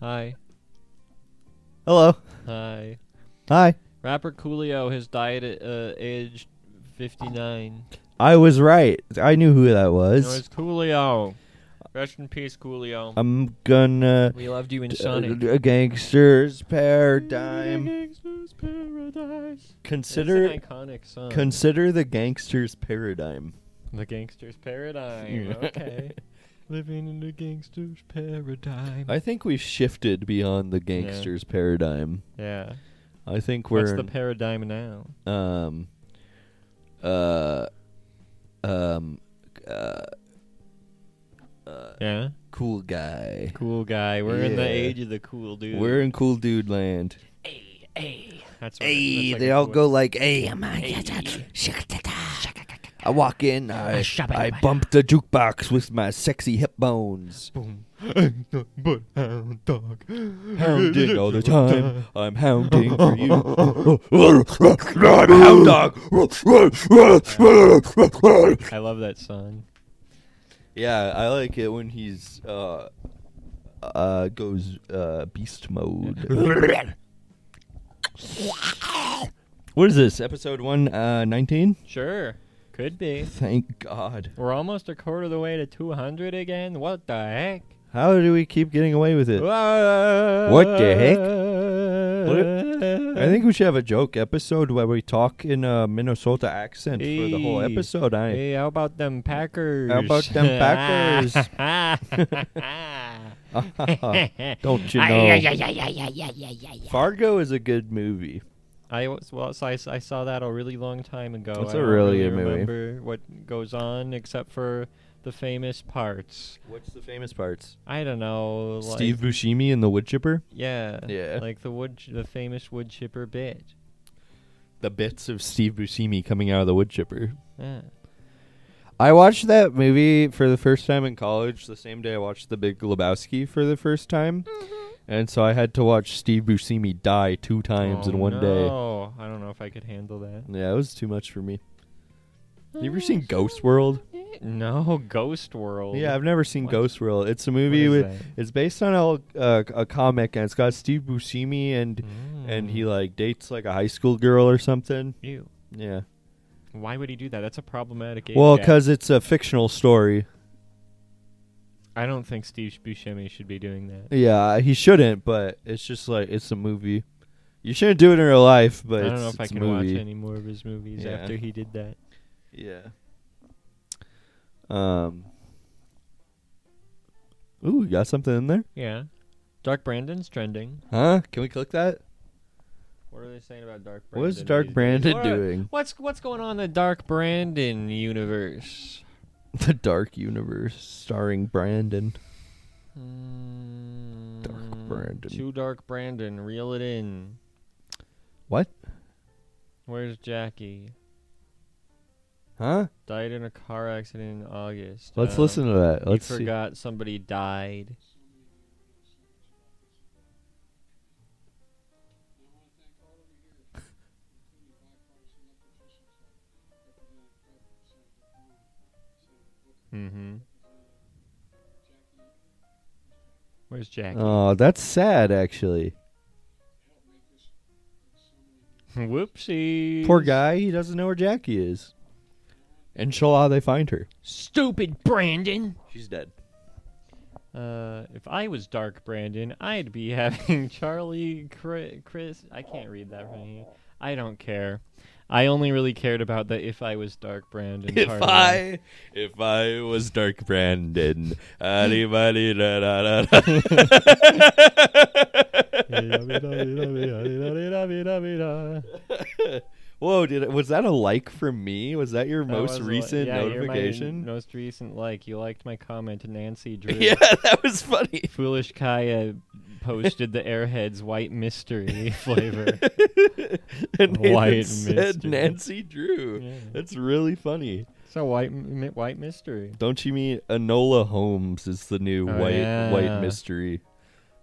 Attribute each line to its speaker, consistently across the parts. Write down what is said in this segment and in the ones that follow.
Speaker 1: Hi.
Speaker 2: Hello.
Speaker 1: Hi.
Speaker 2: Hi.
Speaker 1: Rapper Coolio has died at uh, age 59.
Speaker 2: I was right. I knew who that
Speaker 1: No,
Speaker 2: was.
Speaker 1: it's Coolio. Rest in peace, Coolio.
Speaker 2: I'm uh, gonna
Speaker 1: we loved you in Sonic.
Speaker 2: a gangster's paradign.
Speaker 1: Gangster's Paradise.
Speaker 2: Consider
Speaker 1: It's an iconic song.
Speaker 2: consider the gangster's paradigm.
Speaker 1: the Gangster's Paradigm.
Speaker 2: Yeah.
Speaker 1: Okay. Living in the Gangster's Paradigm.
Speaker 2: I think we've shifted beyond the gangster's paradigm.
Speaker 1: yeah.
Speaker 2: I think we're
Speaker 1: What's the
Speaker 2: in-
Speaker 1: paradigm now?
Speaker 2: um uh um uh, uh
Speaker 1: Yeah.
Speaker 2: cool guy.
Speaker 1: Cool guy. We're in the
Speaker 2: Yeah.
Speaker 1: age of the cool dude.
Speaker 2: We're in cool dude land.
Speaker 1: That's what it-
Speaker 2: Hey,
Speaker 1: that's like
Speaker 2: they
Speaker 1: a
Speaker 2: all
Speaker 1: cool-
Speaker 2: go like, "Hey, I'm a- I walk in, I I bump the jukebox with my sexy hip bones,
Speaker 1: Boom. Ain't nothing but hound dog.
Speaker 2: hounding all the time. I'm hounding for you. I'm hound dog.
Speaker 1: I love that song.
Speaker 2: Yeah, I like it when he's uh uh goes uh beast mode. what is this? Episode one uh nineteen?
Speaker 1: Sure. Could be.
Speaker 2: Thank God.
Speaker 1: We're almost a quarter of the way to 200 again. What the heck?
Speaker 2: How do we keep getting away with it?
Speaker 1: What
Speaker 2: the heck?
Speaker 1: heck?
Speaker 2: I think we should have a joke episode where we talk in a Minnesota accent for the whole
Speaker 1: Hey.
Speaker 2: episode. eh? I
Speaker 1: Hey, how about them Packers?
Speaker 2: How about them Packers? don't you know? Fargo is a good movie.
Speaker 1: I was well, so I, I saw that a really long time ago.
Speaker 2: That's
Speaker 1: I
Speaker 2: a
Speaker 1: don't
Speaker 2: really good movie.
Speaker 1: remember what goes on except for the famous parts.
Speaker 2: What's the famous parts?
Speaker 1: I don't know. Like,
Speaker 2: Steve Buscemi and the wood chipper.
Speaker 1: Yeah.
Speaker 2: Yeah.
Speaker 1: Like the wood, ch- the famous wood chipper bit.
Speaker 2: The bits of Steve Buscemi coming out of the wood chipper.
Speaker 1: Yeah.
Speaker 2: I watched that movie for the first time in college the same day I watched The Big Lebowski for the first time. And so I had to watch Steve Buscemi die two times in
Speaker 1: Oh,
Speaker 2: one day.
Speaker 1: no. I don't know if I could handle that.
Speaker 2: Yeah, it was too much for me. You ever seen Ghost World?
Speaker 1: Eh, No, Ghost World.
Speaker 2: Yeah, I've never seen
Speaker 1: What?
Speaker 2: Ghost World. It's a movie
Speaker 1: What is
Speaker 2: with
Speaker 1: that?
Speaker 2: it's based on a, uh, a comic and it's got Steve Buscemi and and he like dates like a high school girl or something.
Speaker 1: Mm. Ew.
Speaker 2: Yeah.
Speaker 1: Why would he do that? That's a problematic. age
Speaker 2: Well,
Speaker 1: gap.
Speaker 2: cuz it's a fictional story.
Speaker 1: I don't think Steve Buscemi should be doing that.
Speaker 2: Yeah, he shouldn't, but it's just like it's a movie. You shouldn't do it in real life, but
Speaker 1: I
Speaker 2: it's,
Speaker 1: don't know if I
Speaker 2: it's a
Speaker 1: can
Speaker 2: movie.
Speaker 1: watch any more of his movies
Speaker 2: Yeah.
Speaker 1: after he did that.
Speaker 2: Yeah. Um. Ooh, you got something in there?
Speaker 1: Yeah. Dark Brandon's trending.
Speaker 2: Huh? Can we click that?
Speaker 1: What are they saying about Dark Brandon?
Speaker 2: What is Dark
Speaker 1: these days?
Speaker 2: Brandon
Speaker 1: What are-
Speaker 2: doing?
Speaker 1: What's what's going on in the Dark Brandon universe?
Speaker 2: The Dark Universe, starring Brandon.
Speaker 1: Mm,
Speaker 2: Brandon.
Speaker 1: Too Dark Brandon. Reel it in.
Speaker 2: What?
Speaker 1: Where's Jackie?
Speaker 2: Huh?
Speaker 1: Died in a car accident in August.
Speaker 2: Let's
Speaker 1: Um,
Speaker 2: listen to that.
Speaker 1: he
Speaker 2: Let's see.
Speaker 1: forgot somebody died. Mm-hmm. Where's Jackie?
Speaker 2: Oh, that's sad, actually.
Speaker 1: Whoopsie.
Speaker 2: Poor guy. He doesn't know where Jackie is. Inshallah, they find her.
Speaker 1: Stupid Brandon.
Speaker 2: She's dead.
Speaker 1: Uh, if I was Dark Brandon, I'd be having Charlie, Chri- Chris. I can't read that from here. I don't care. I only really cared about the if I was Dark Brandon.
Speaker 2: If
Speaker 1: part of it.
Speaker 2: I, if I was Dark Brandon, ali bali da da da. da. Whoa! Did it, was that a like from me? Was that your
Speaker 1: That was
Speaker 2: most
Speaker 1: a li-
Speaker 2: recent
Speaker 1: yeah, you're my
Speaker 2: notification?
Speaker 1: most recent like. You liked my comment, Nancy Drew.
Speaker 2: yeah, that was funny.
Speaker 1: Foolish Kaya posted the Airheads White Mystery flavor.
Speaker 2: and Nathan
Speaker 1: White
Speaker 2: said
Speaker 1: mystery.
Speaker 2: Nancy Drew.
Speaker 1: Yeah.
Speaker 2: That's really funny.
Speaker 1: It's a white m- white mystery.
Speaker 2: Don't you mean Enola Holmes is the new
Speaker 1: Oh,
Speaker 2: white
Speaker 1: yeah.
Speaker 2: white mystery?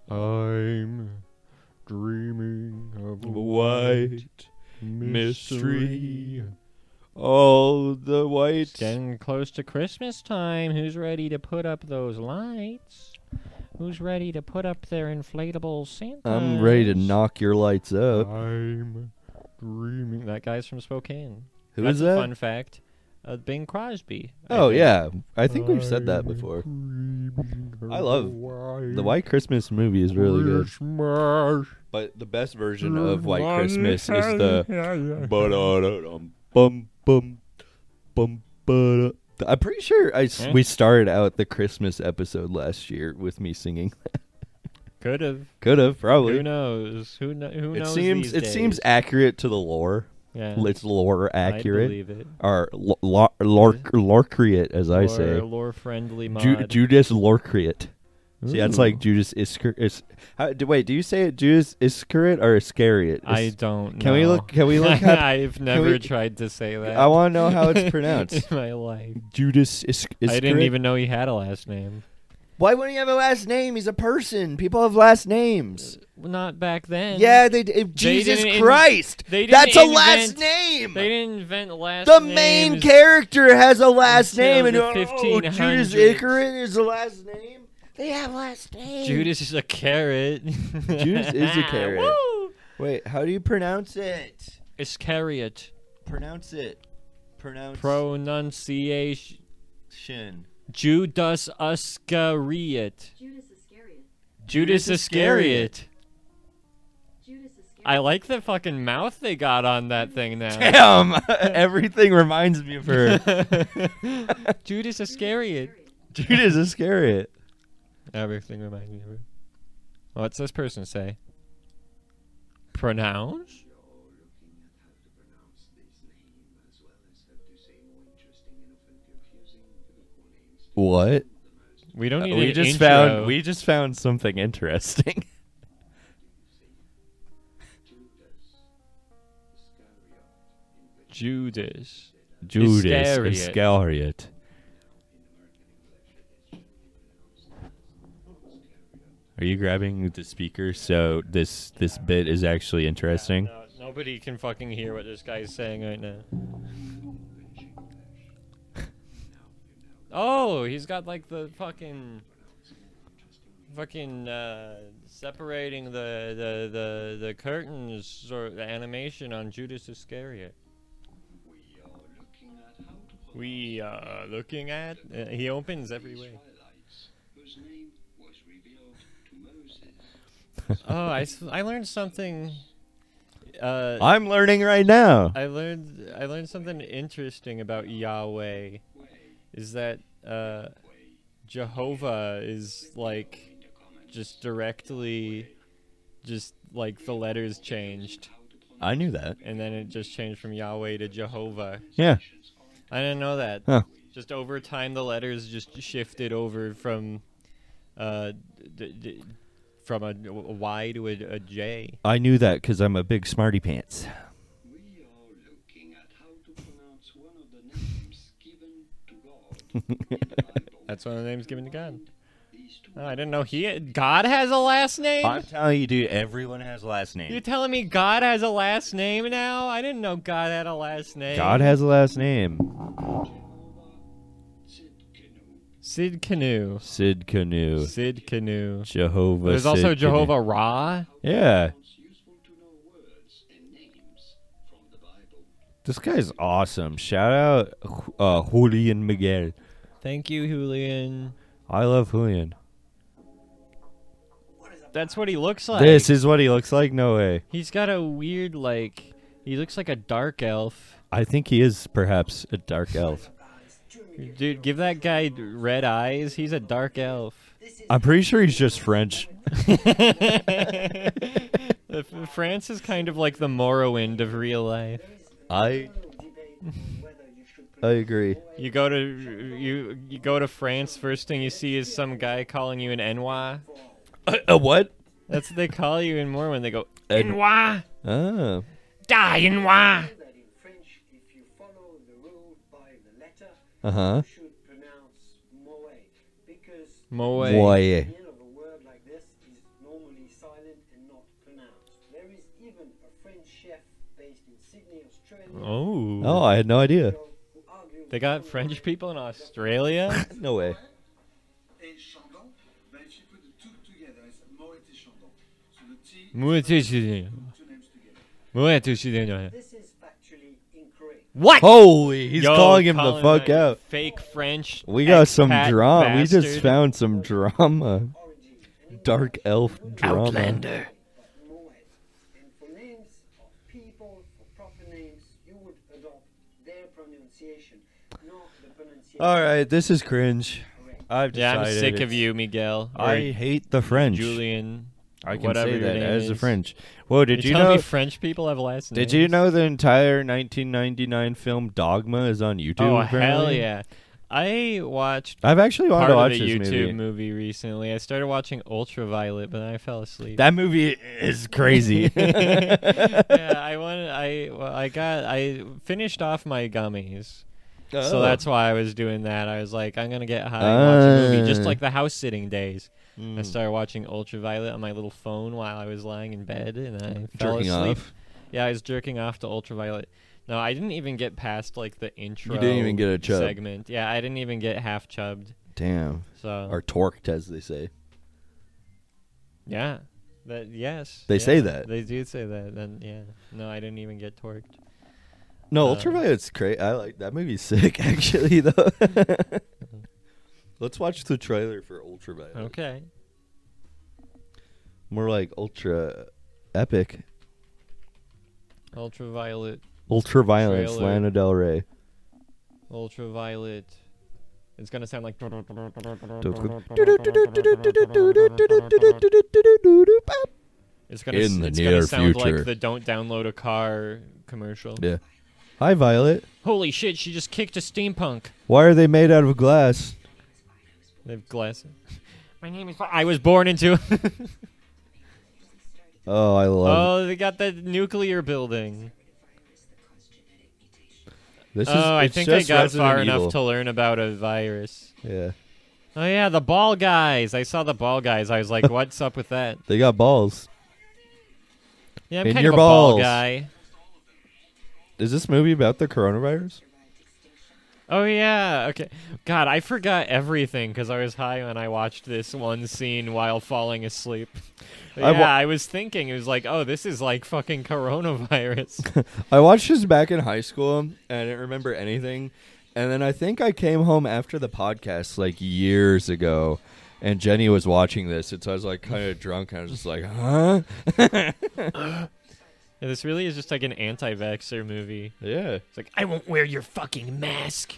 Speaker 1: I'm dreaming of
Speaker 2: White mystery. Oh, the white.
Speaker 1: It's getting close to Christmas time. Who's ready to put up those lights? Who's ready to put up their inflatable Santa?
Speaker 2: I'm ready to knock your lights
Speaker 1: Oh,
Speaker 2: up.
Speaker 1: I'm dreaming. That guy's from Spokane.
Speaker 2: Who
Speaker 1: That's
Speaker 2: is
Speaker 1: a
Speaker 2: that?
Speaker 1: Fun fact. Uh, Bing Crosby. I
Speaker 2: oh
Speaker 1: think.
Speaker 2: yeah, I think we've said that before. I love The White Christmas movie is really good,
Speaker 1: Christmas.
Speaker 2: but the best version of White Christmas is the Ba-da-da-dum, bum, bum, bum, ba-da. I'm pretty sure I s-
Speaker 1: Hmm?
Speaker 2: we started out the Christmas episode last year with me singing.
Speaker 1: Could have.
Speaker 2: Could have
Speaker 1: Who
Speaker 2: probably.
Speaker 1: knows? Who, kno- who
Speaker 2: It
Speaker 1: knows? these
Speaker 2: seems it
Speaker 1: days?
Speaker 2: seems accurate to the lore.
Speaker 1: yeah,
Speaker 2: It's lore
Speaker 1: I
Speaker 2: accurate
Speaker 1: believe it.
Speaker 2: or lo- lo- lore lorecreate as I
Speaker 1: Lore-
Speaker 2: say.
Speaker 1: lore friendly mod.
Speaker 2: Ju- Judas lorecreate. See, that's
Speaker 1: Ooh.
Speaker 2: like Judas Iscariot. Is- how, do, wait, do you say it Judas Iscariot or Iscariot?
Speaker 1: I
Speaker 2: Is-
Speaker 1: don't. know.
Speaker 2: Can we look- can we look up-
Speaker 1: I've never
Speaker 2: we-
Speaker 1: tried to say that.
Speaker 2: I want to know how it's pronounced.
Speaker 1: in my life.
Speaker 2: Judas Isc- Iscariot.
Speaker 1: I didn't even know he had a last name.
Speaker 2: Why wouldn't he have a last name? He's a person. People have last names.
Speaker 1: Not back then.
Speaker 2: yeah, they, d- Jesus
Speaker 1: didn't in-
Speaker 2: Christ.
Speaker 1: they didn't
Speaker 2: That's a last
Speaker 1: invent-
Speaker 2: name.
Speaker 1: They didn't invent last.
Speaker 2: the main
Speaker 1: names.
Speaker 2: character has a last
Speaker 1: until
Speaker 2: name, and
Speaker 1: the
Speaker 2: oh,
Speaker 1: 1500s.
Speaker 2: Judas Iscariot is a last name. They have last names.
Speaker 1: Judas is a carrot.
Speaker 2: Judas is a carrot.
Speaker 1: Woo!
Speaker 2: Wait, how do you pronounce it?
Speaker 1: Iscariot.
Speaker 2: Pronounce it. Pronounce
Speaker 1: Pronunciation.
Speaker 2: shin.
Speaker 1: Judas Iscariot.
Speaker 3: Judas Iscariot.
Speaker 1: Judas Iscariot.
Speaker 3: Judas Iscariot.
Speaker 1: I like the fucking mouth they got on that thing now.
Speaker 2: Damn! Everything reminds me of her.
Speaker 1: Judas Iscariot.
Speaker 2: Judas Iscariot.
Speaker 1: Everything reminds me of her. What's this person say? Pronounce?
Speaker 2: What?
Speaker 1: We don't need.
Speaker 2: Uh, we
Speaker 1: an
Speaker 2: just
Speaker 1: intro.
Speaker 2: found we just found something interesting.
Speaker 1: Judas.
Speaker 2: Judas
Speaker 1: Iscariot.
Speaker 2: Iscariot. Are you grabbing the speaker so this this bit is actually interesting?
Speaker 1: No, nobody can fucking hear what this guy's saying right now. oh, he's got like the fucking fucking uh separating the the the, the curtains or the animation on Judas Iscariot. We are looking at. Uh, he opens every way. Oh, I, s- I learned something. Uh,
Speaker 2: I'm learning right now.
Speaker 1: I learned I learned something interesting about Yahweh. Is that uh, Jehovah is like just directly just like the letters changed
Speaker 2: I knew that.
Speaker 1: and then it just changed from Yahweh to Jehovah.
Speaker 2: Yeah.
Speaker 1: I didn't know that.
Speaker 2: Huh.
Speaker 1: Just over time the letters just shifted over from uh d- d- from a, a Y to a, a J.
Speaker 2: I knew that because I'm a big smarty pants.
Speaker 4: We are looking at how to pronounce one of the names given to God in the Bible.
Speaker 1: That's one of the names given to God.
Speaker 4: These two
Speaker 1: Oh, I didn't know he God has a last name.
Speaker 2: I'm telling you, dude, everyone has a last name.
Speaker 1: You're telling me God has a last name now? I didn't know God had a last name.
Speaker 2: God has a last name.
Speaker 4: sit canoe.
Speaker 1: Sid Canoe.
Speaker 2: Sid Canoe.
Speaker 1: Sid Canoe.
Speaker 2: Jehovah.
Speaker 1: There's also
Speaker 2: Sid
Speaker 1: Jehovah Ra.
Speaker 2: Canoe. Yeah.
Speaker 4: It's useful to know words and names from the Bible.
Speaker 2: This guy's awesome. Shout out uh, Julian Miguel.
Speaker 1: Thank you, Julian.
Speaker 2: I love Julian.
Speaker 1: That's what he looks like.
Speaker 2: this is what he looks like? No way.
Speaker 1: He's got a weird like. He looks like a dark elf.
Speaker 2: I think he is perhaps a dark elf.
Speaker 1: Dude, give that guy d- red eyes. He's a dark elf.
Speaker 2: I'm pretty sure he's just French.
Speaker 1: F- France is kind of like the Morrowind of real life.
Speaker 2: I I agree.
Speaker 1: You go to you you go to France. First thing you see is some guy calling you an Enois.
Speaker 2: Uh, A, what?
Speaker 1: That's what they call you in Morrowind. They go
Speaker 2: An-
Speaker 1: Enois,
Speaker 2: Oh.
Speaker 1: die Enois.
Speaker 5: that in French, if you follow the rule by the letter,
Speaker 2: Uh huh.
Speaker 5: you should pronounce moe
Speaker 2: Oh.
Speaker 5: because
Speaker 1: Moe.
Speaker 2: Boy.
Speaker 5: the end of a word like this is normally silent and not pronounced. There is even a French chef based in Sydney, Australia,
Speaker 1: Oh.
Speaker 2: Oh, I had no idea.
Speaker 5: who argues
Speaker 1: They got French people in Australia.
Speaker 2: No way.
Speaker 4: Et Chandon, ben, she put the two
Speaker 6: Moët et Chandon. So the T two names together.
Speaker 5: This is factually incorrect.
Speaker 1: What?
Speaker 2: Holy, he's
Speaker 1: Yo,
Speaker 2: calling him the
Speaker 1: Colin
Speaker 2: fuck
Speaker 1: Knight,
Speaker 2: out.
Speaker 1: Fake French.
Speaker 2: We got some
Speaker 1: expat
Speaker 2: drama. We just
Speaker 1: bastard.
Speaker 2: found some drama.
Speaker 5: Origin. An
Speaker 2: Dark elf drama.
Speaker 1: Outlander.
Speaker 5: English Moed. And for names of people, for proper names, you would adopt their pronunciation, not the pronunciation.
Speaker 2: All right, this is cringe.
Speaker 5: correct.
Speaker 2: I've
Speaker 1: Yeah,
Speaker 2: decided.
Speaker 1: I'm sick of
Speaker 2: it's-
Speaker 1: you, Miguel. Or
Speaker 2: I hate the French.
Speaker 1: Julian.
Speaker 2: I can
Speaker 1: whatever
Speaker 2: say
Speaker 1: your
Speaker 2: that
Speaker 1: name
Speaker 2: as a
Speaker 1: is.
Speaker 2: French. Whoa, did
Speaker 1: Did you
Speaker 2: you
Speaker 1: tell
Speaker 2: know?
Speaker 1: me French people have last names?
Speaker 2: Did you know the entire 1999 film Dogma is on YouTube?
Speaker 1: Oh hell
Speaker 2: apparently?
Speaker 1: yeah! I watched
Speaker 2: I've actually wanted
Speaker 1: part
Speaker 2: to
Speaker 1: of
Speaker 2: watch
Speaker 1: the
Speaker 2: this
Speaker 1: YouTube
Speaker 2: movie.
Speaker 1: recently. I started watching Ultraviolet, but then I fell asleep.
Speaker 2: That movie is crazy.
Speaker 1: yeah, I wanted. I well, I got. I finished off my gummies, so
Speaker 2: Oh.
Speaker 1: that's why I was doing that. I was like, I'm gonna get high, and watch a movie, just
Speaker 2: Ah.
Speaker 1: like the house sitting days.
Speaker 2: Hmm. Mm.
Speaker 1: I started watching Ultraviolet on my little phone while I was lying in bed, and I fell
Speaker 2: Jerking
Speaker 1: asleep.
Speaker 2: off.
Speaker 1: Yeah, I was jerking off to Ultraviolet. No, I didn't even get past like the intro.
Speaker 2: even get a chub.
Speaker 1: segment. Yeah, I didn't even get half chubbed.
Speaker 2: Damn.
Speaker 1: So
Speaker 2: Or torqued, as they say.
Speaker 1: yeah, that yes.
Speaker 2: They
Speaker 1: yeah,
Speaker 2: say that.
Speaker 1: they do say that. Then yeah, no, I didn't even get torqued.
Speaker 2: No,
Speaker 1: Uh,
Speaker 2: Ultraviolet's great. I like that movie's sick, actually, though. Let's watch the trailer for Ultraviolet.
Speaker 1: Okay.
Speaker 2: More like Ultra Epic.
Speaker 1: Ultraviolet,
Speaker 2: Ultraviolence,
Speaker 1: Trailer.
Speaker 2: Lana Del Rey.
Speaker 1: ultraviolet. It's gonna sound like. It's gonna.
Speaker 2: In the
Speaker 1: it's
Speaker 2: near
Speaker 1: gonna sound
Speaker 2: future.
Speaker 1: like the "Don't download a car" commercial.
Speaker 2: Yeah. Hi, Violet.
Speaker 1: Holy shit! She just kicked a steampunk.
Speaker 2: Why are they made out of glass?
Speaker 1: They have glasses. My name is. I was born into.
Speaker 2: Oh, I love
Speaker 1: oh, they got that nuclear building.
Speaker 2: it. this. Is,
Speaker 1: oh, I
Speaker 2: it's
Speaker 1: think I
Speaker 2: just
Speaker 1: got
Speaker 2: Resident
Speaker 1: far
Speaker 2: Evil.
Speaker 1: enough to learn about a virus.
Speaker 2: Yeah,
Speaker 1: Oh yeah, the ball guys. I saw the ball guys. I was like, what's up with that?
Speaker 2: they got balls.
Speaker 1: Yeah, I'm
Speaker 2: In
Speaker 1: kind
Speaker 2: your
Speaker 1: of a ball
Speaker 2: balls.
Speaker 1: guy.
Speaker 2: Is this movie about the coronavirus?
Speaker 1: Oh yeah. Okay. God, I forgot everything because I was high when I watched this one scene while falling asleep.
Speaker 2: I
Speaker 1: Yeah,
Speaker 2: wa-
Speaker 1: I was thinking it was like, oh, this is like fucking coronavirus.
Speaker 2: I watched this back in high school, and I didn't remember anything. And then I think I came home after the podcast like years ago, and Jenny was watching this, and so I was like kind of drunk, and I was just like, huh?
Speaker 1: Yeah, this really is just like an anti-vaxxer movie.
Speaker 2: yeah.
Speaker 1: It's like I won't wear your fucking mask.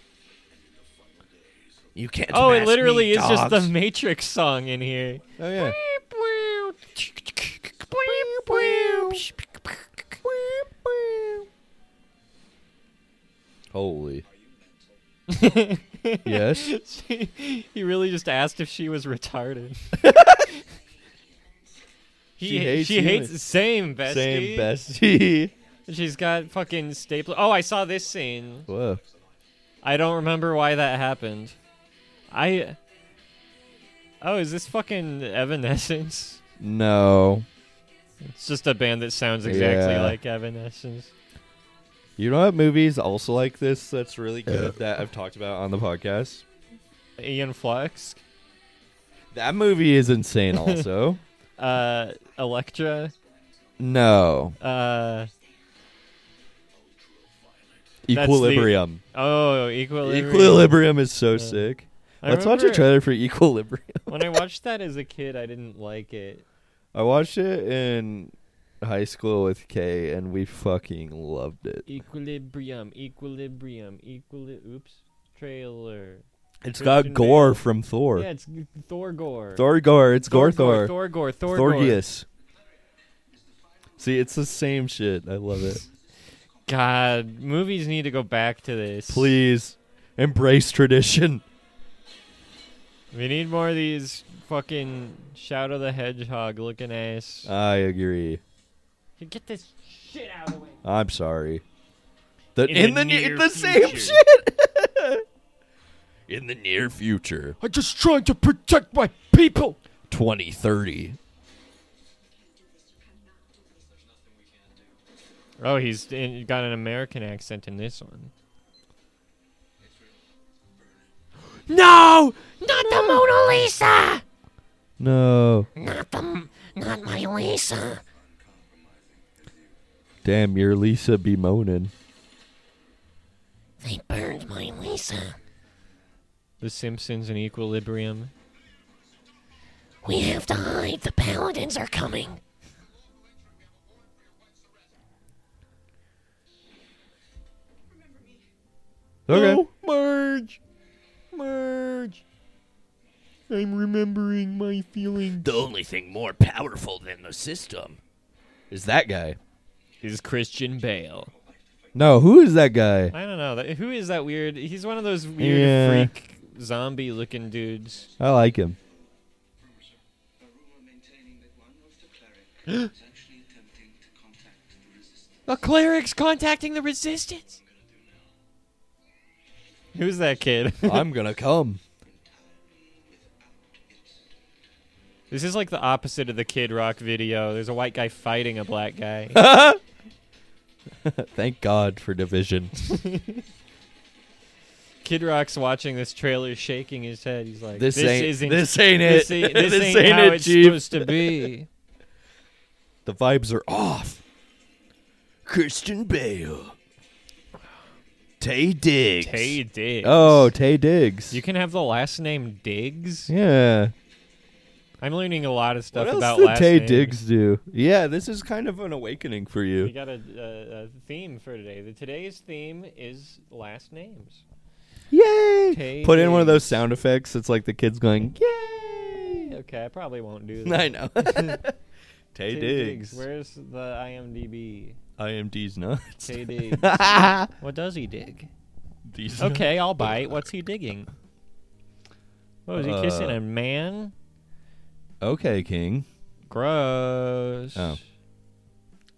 Speaker 2: You can't.
Speaker 1: oh, it literally is just the Matrix song in here.
Speaker 2: Oh yeah. Holy. yes.
Speaker 1: She- he really just asked if she was retarded. he,
Speaker 2: She hates
Speaker 1: she
Speaker 2: you.
Speaker 1: hates same bestie.
Speaker 2: Same bestie.
Speaker 1: She's got fucking staple. Oh, I saw this scene.
Speaker 2: Whoa.
Speaker 1: I don't remember why that happened. I. Oh, is this fucking Evanescence?
Speaker 2: No.
Speaker 1: It's just a band that sounds exactly
Speaker 2: Yeah.
Speaker 1: like Evanescence.
Speaker 2: You know what movies also like this that's really good that I've talked about on the podcast?
Speaker 1: Ian Flux,
Speaker 2: That movie is insane also.
Speaker 1: uh, Electra,
Speaker 2: no.
Speaker 1: uh, the-
Speaker 2: Equilibrium.
Speaker 1: oh, Equilibrium.
Speaker 2: Equilibrium is so sick.
Speaker 1: I
Speaker 2: Let's watch a
Speaker 1: remember
Speaker 2: trailer for Equilibrium.
Speaker 1: when I watched that as a kid, I didn't like it.
Speaker 2: I watched it in high school with Kay and we fucking loved it.
Speaker 1: Equilibrium, Equilibrium, Equili. Oops, trailer.
Speaker 2: It's
Speaker 1: Christian
Speaker 2: got gore from Thor.
Speaker 1: Yeah, it's g- Thor gore.
Speaker 2: Thor gore, it's gore
Speaker 1: Thor.
Speaker 2: Thor.
Speaker 1: Thor gore. Thor gore.
Speaker 2: Thorgius. See, it's the same shit. I love it.
Speaker 1: God, movies need to go back to this.
Speaker 2: Please embrace tradition.
Speaker 1: We need more of these fucking Shout of the Hedgehog looking ass.
Speaker 2: I agree.
Speaker 1: Get this shit out of the way.
Speaker 2: I'm sorry. The,
Speaker 1: In
Speaker 2: in,
Speaker 1: the
Speaker 2: the, ne-
Speaker 1: near
Speaker 2: the same
Speaker 1: future.
Speaker 2: shit. in the near future,
Speaker 1: I'm just trying to protect my people.
Speaker 2: 2030.
Speaker 1: Oh, he's in, got an American accent in this one. No! Not the Mona Lisa!
Speaker 2: No.
Speaker 1: Not the,
Speaker 7: Lisa.
Speaker 2: Damn, your Lisa be moaning.
Speaker 7: They burned my Lisa.
Speaker 1: The Simpsons and Equilibrium.
Speaker 7: We have to hide. The paladins are coming.
Speaker 2: Okay.
Speaker 7: Oh,
Speaker 1: No, Marge! Marge! I'm remembering my feelings.
Speaker 7: The only thing more powerful than the system.
Speaker 2: Is that guy?
Speaker 1: Is Christian Bale.
Speaker 2: No, who is that guy?
Speaker 1: I don't know. That, who is that weird? He's one of those weird
Speaker 2: Yeah.
Speaker 1: freak zombie looking dudes.
Speaker 2: I like him.
Speaker 4: A rumor maintaining that one of the cleric was actually attempting to contact the resistance.
Speaker 1: A cleric's contacting the resistance. Who's that kid?
Speaker 2: I'm gonna come.
Speaker 1: this is like the opposite of the Kid Rock video. There's a white guy fighting a black guy.
Speaker 2: Thank God for division.
Speaker 1: Kid Rock's watching this trailer, shaking his head. He's like,
Speaker 2: This
Speaker 1: "This,
Speaker 2: ain't-
Speaker 1: isn't.
Speaker 2: this ain't
Speaker 1: This
Speaker 2: it.
Speaker 1: ain't, this
Speaker 2: This
Speaker 1: ain't,
Speaker 2: ain't
Speaker 1: how
Speaker 2: it,
Speaker 1: it's
Speaker 2: Chief."
Speaker 1: supposed to be."
Speaker 2: the vibes are off. Christian Bale. Tay Diggs.
Speaker 1: Tay Diggs.
Speaker 2: Oh, Tay Diggs.
Speaker 1: you can have the last name Diggs.
Speaker 2: yeah.
Speaker 1: I'm learning a lot of stuff
Speaker 2: what else
Speaker 1: about
Speaker 2: did
Speaker 1: last
Speaker 2: Tay
Speaker 1: names.
Speaker 2: Diggs do? Yeah, this is kind of an awakening for
Speaker 1: We
Speaker 2: you.
Speaker 1: got a, a, a theme for today. The, today's theme is last names.
Speaker 2: Yay!
Speaker 1: Tay
Speaker 2: Put in one of
Speaker 1: Diggs.
Speaker 2: those sound effects. It's like the kids going, "Yay!"
Speaker 1: Okay, I probably won't do that.
Speaker 2: I know. Tay
Speaker 1: Tay
Speaker 2: Diggs.
Speaker 1: Where's the IMDb?
Speaker 2: IMD's nuts.
Speaker 1: Tay Diggs. what does he dig?
Speaker 2: These
Speaker 1: Okay, I'll bite. What's he digging? What was he kissing?
Speaker 2: Uh,
Speaker 1: A man?
Speaker 2: Okay, King.
Speaker 1: Gross.
Speaker 2: Oh.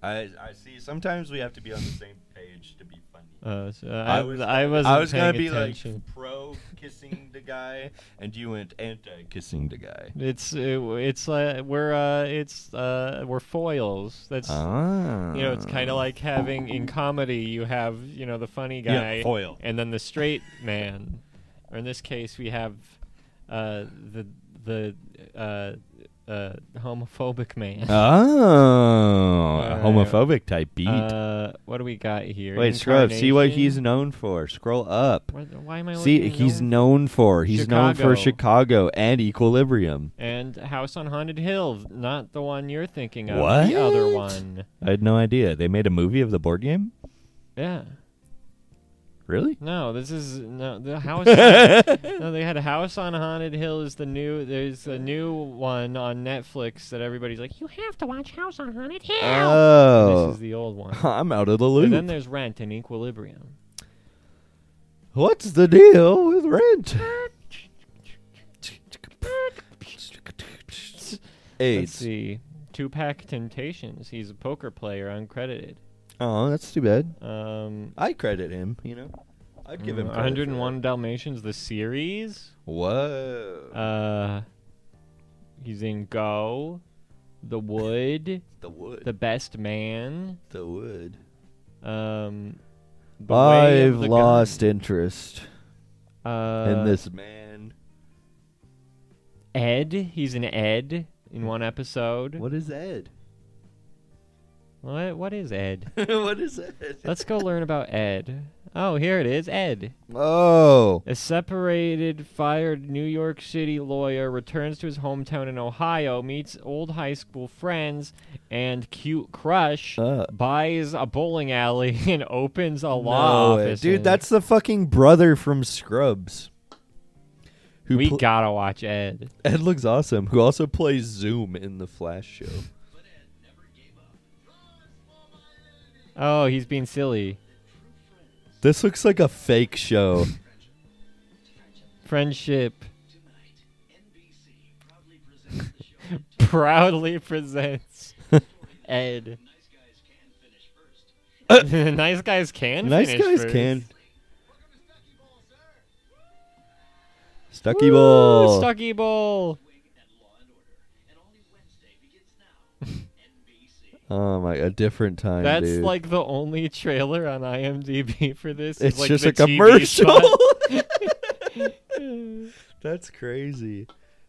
Speaker 2: I I see. Sometimes we have to be on the same page to be funny.
Speaker 1: Uh, so
Speaker 2: I
Speaker 1: I,
Speaker 2: was-
Speaker 1: was, I wasn't
Speaker 2: I was gonna
Speaker 1: paying
Speaker 2: be
Speaker 1: attention.
Speaker 2: like pro kissing the guy, and you went anti kissing the guy.
Speaker 1: It's it, it's uh, we're uh, it's uh, we're foils. That's
Speaker 2: Ah,
Speaker 1: you know it's kind of like having in comedy you have you know the funny
Speaker 2: Yeah,
Speaker 1: guy
Speaker 2: foil.
Speaker 1: and then the straight man, or in this case we have uh, the the uh, uh, homophobic man.
Speaker 2: Uh, Oh, a homophobic type beat.
Speaker 1: Uh, what do we got here?
Speaker 2: Wait, scroll up. See what he's
Speaker 1: Incarnation?
Speaker 2: known for. Scroll up.
Speaker 1: Why, why am I
Speaker 2: See,
Speaker 1: looking
Speaker 2: he's
Speaker 1: over-
Speaker 2: known for. He's known for Chicago
Speaker 1: Chicago.
Speaker 2: and Equilibrium.
Speaker 1: and House on Haunted Hill, not the one you're thinking of.
Speaker 2: What?
Speaker 1: The other one.
Speaker 2: I had no idea they made a movie of the board game.
Speaker 1: Yeah.
Speaker 2: Really?
Speaker 1: No, this is no the house. no, they had a House on Haunted Hill is the new. There's a new one on Netflix that everybody's like, you have to watch House on Haunted Hill.
Speaker 2: Oh,
Speaker 1: This is the old one.
Speaker 2: I'm out of the
Speaker 1: and then
Speaker 2: loop.
Speaker 1: there's Rent and Equilibrium.
Speaker 2: What's the deal with rent?
Speaker 1: Let's
Speaker 2: AIDS.
Speaker 1: see. Tupac Temptations. He's a poker player, uncredited.
Speaker 2: Oh, that's too bad.
Speaker 1: Um,
Speaker 2: I credit him. You know, I'd give him
Speaker 1: mm,
Speaker 2: credit for
Speaker 1: 101
Speaker 2: that.
Speaker 1: Dalmatians, the series.
Speaker 2: Whoa,
Speaker 1: Uh, he's in Go, The Wood,
Speaker 2: the wood,
Speaker 1: The
Speaker 2: the,
Speaker 1: Best Man.
Speaker 2: wood.
Speaker 1: Um, The Way
Speaker 2: I've
Speaker 1: of the
Speaker 2: lost interest
Speaker 1: Gun. Uh,
Speaker 2: in this man.
Speaker 1: Ed. He's an Ed in one episode.
Speaker 2: What is Ed?
Speaker 1: What? What is Ed?
Speaker 2: what is Ed?
Speaker 1: Let's go learn about Ed. Oh, here it is. Ed.
Speaker 2: Oh,
Speaker 1: A separated, fired New York City lawyer returns to his hometown in Ohio, meets old high school friends and cute crush,
Speaker 2: Uh.
Speaker 1: buys a bowling alley, and opens a
Speaker 2: no
Speaker 1: law
Speaker 2: way.
Speaker 1: office. in-
Speaker 2: dude, that's the fucking brother from Scrubs. Who
Speaker 1: we
Speaker 2: pl-
Speaker 1: gotta watch Ed.
Speaker 2: Ed looks awesome. Who also plays Zoom in the Flash show.
Speaker 1: Oh, he's being silly.
Speaker 2: This looks like a fake show.
Speaker 1: Friendship
Speaker 4: Tonight, NBC proudly presents the show
Speaker 1: proudly presents Ed.
Speaker 4: Nice Guys Can Finish First.
Speaker 1: nice guys can.
Speaker 2: nice
Speaker 1: finish
Speaker 2: guys
Speaker 1: first.
Speaker 2: can. Stucky
Speaker 1: Woo,
Speaker 2: Ball.
Speaker 1: Stucky Bowl.
Speaker 4: Wing and Law and Order. And only Wednesday begins now. NBC.
Speaker 2: oh my, a different time.
Speaker 1: That's
Speaker 2: dude.
Speaker 1: like the only trailer on IMDb for this. is,
Speaker 2: it's
Speaker 1: like,
Speaker 2: just
Speaker 1: the
Speaker 2: a
Speaker 1: TV
Speaker 2: commercial.
Speaker 1: spot.
Speaker 2: That's crazy.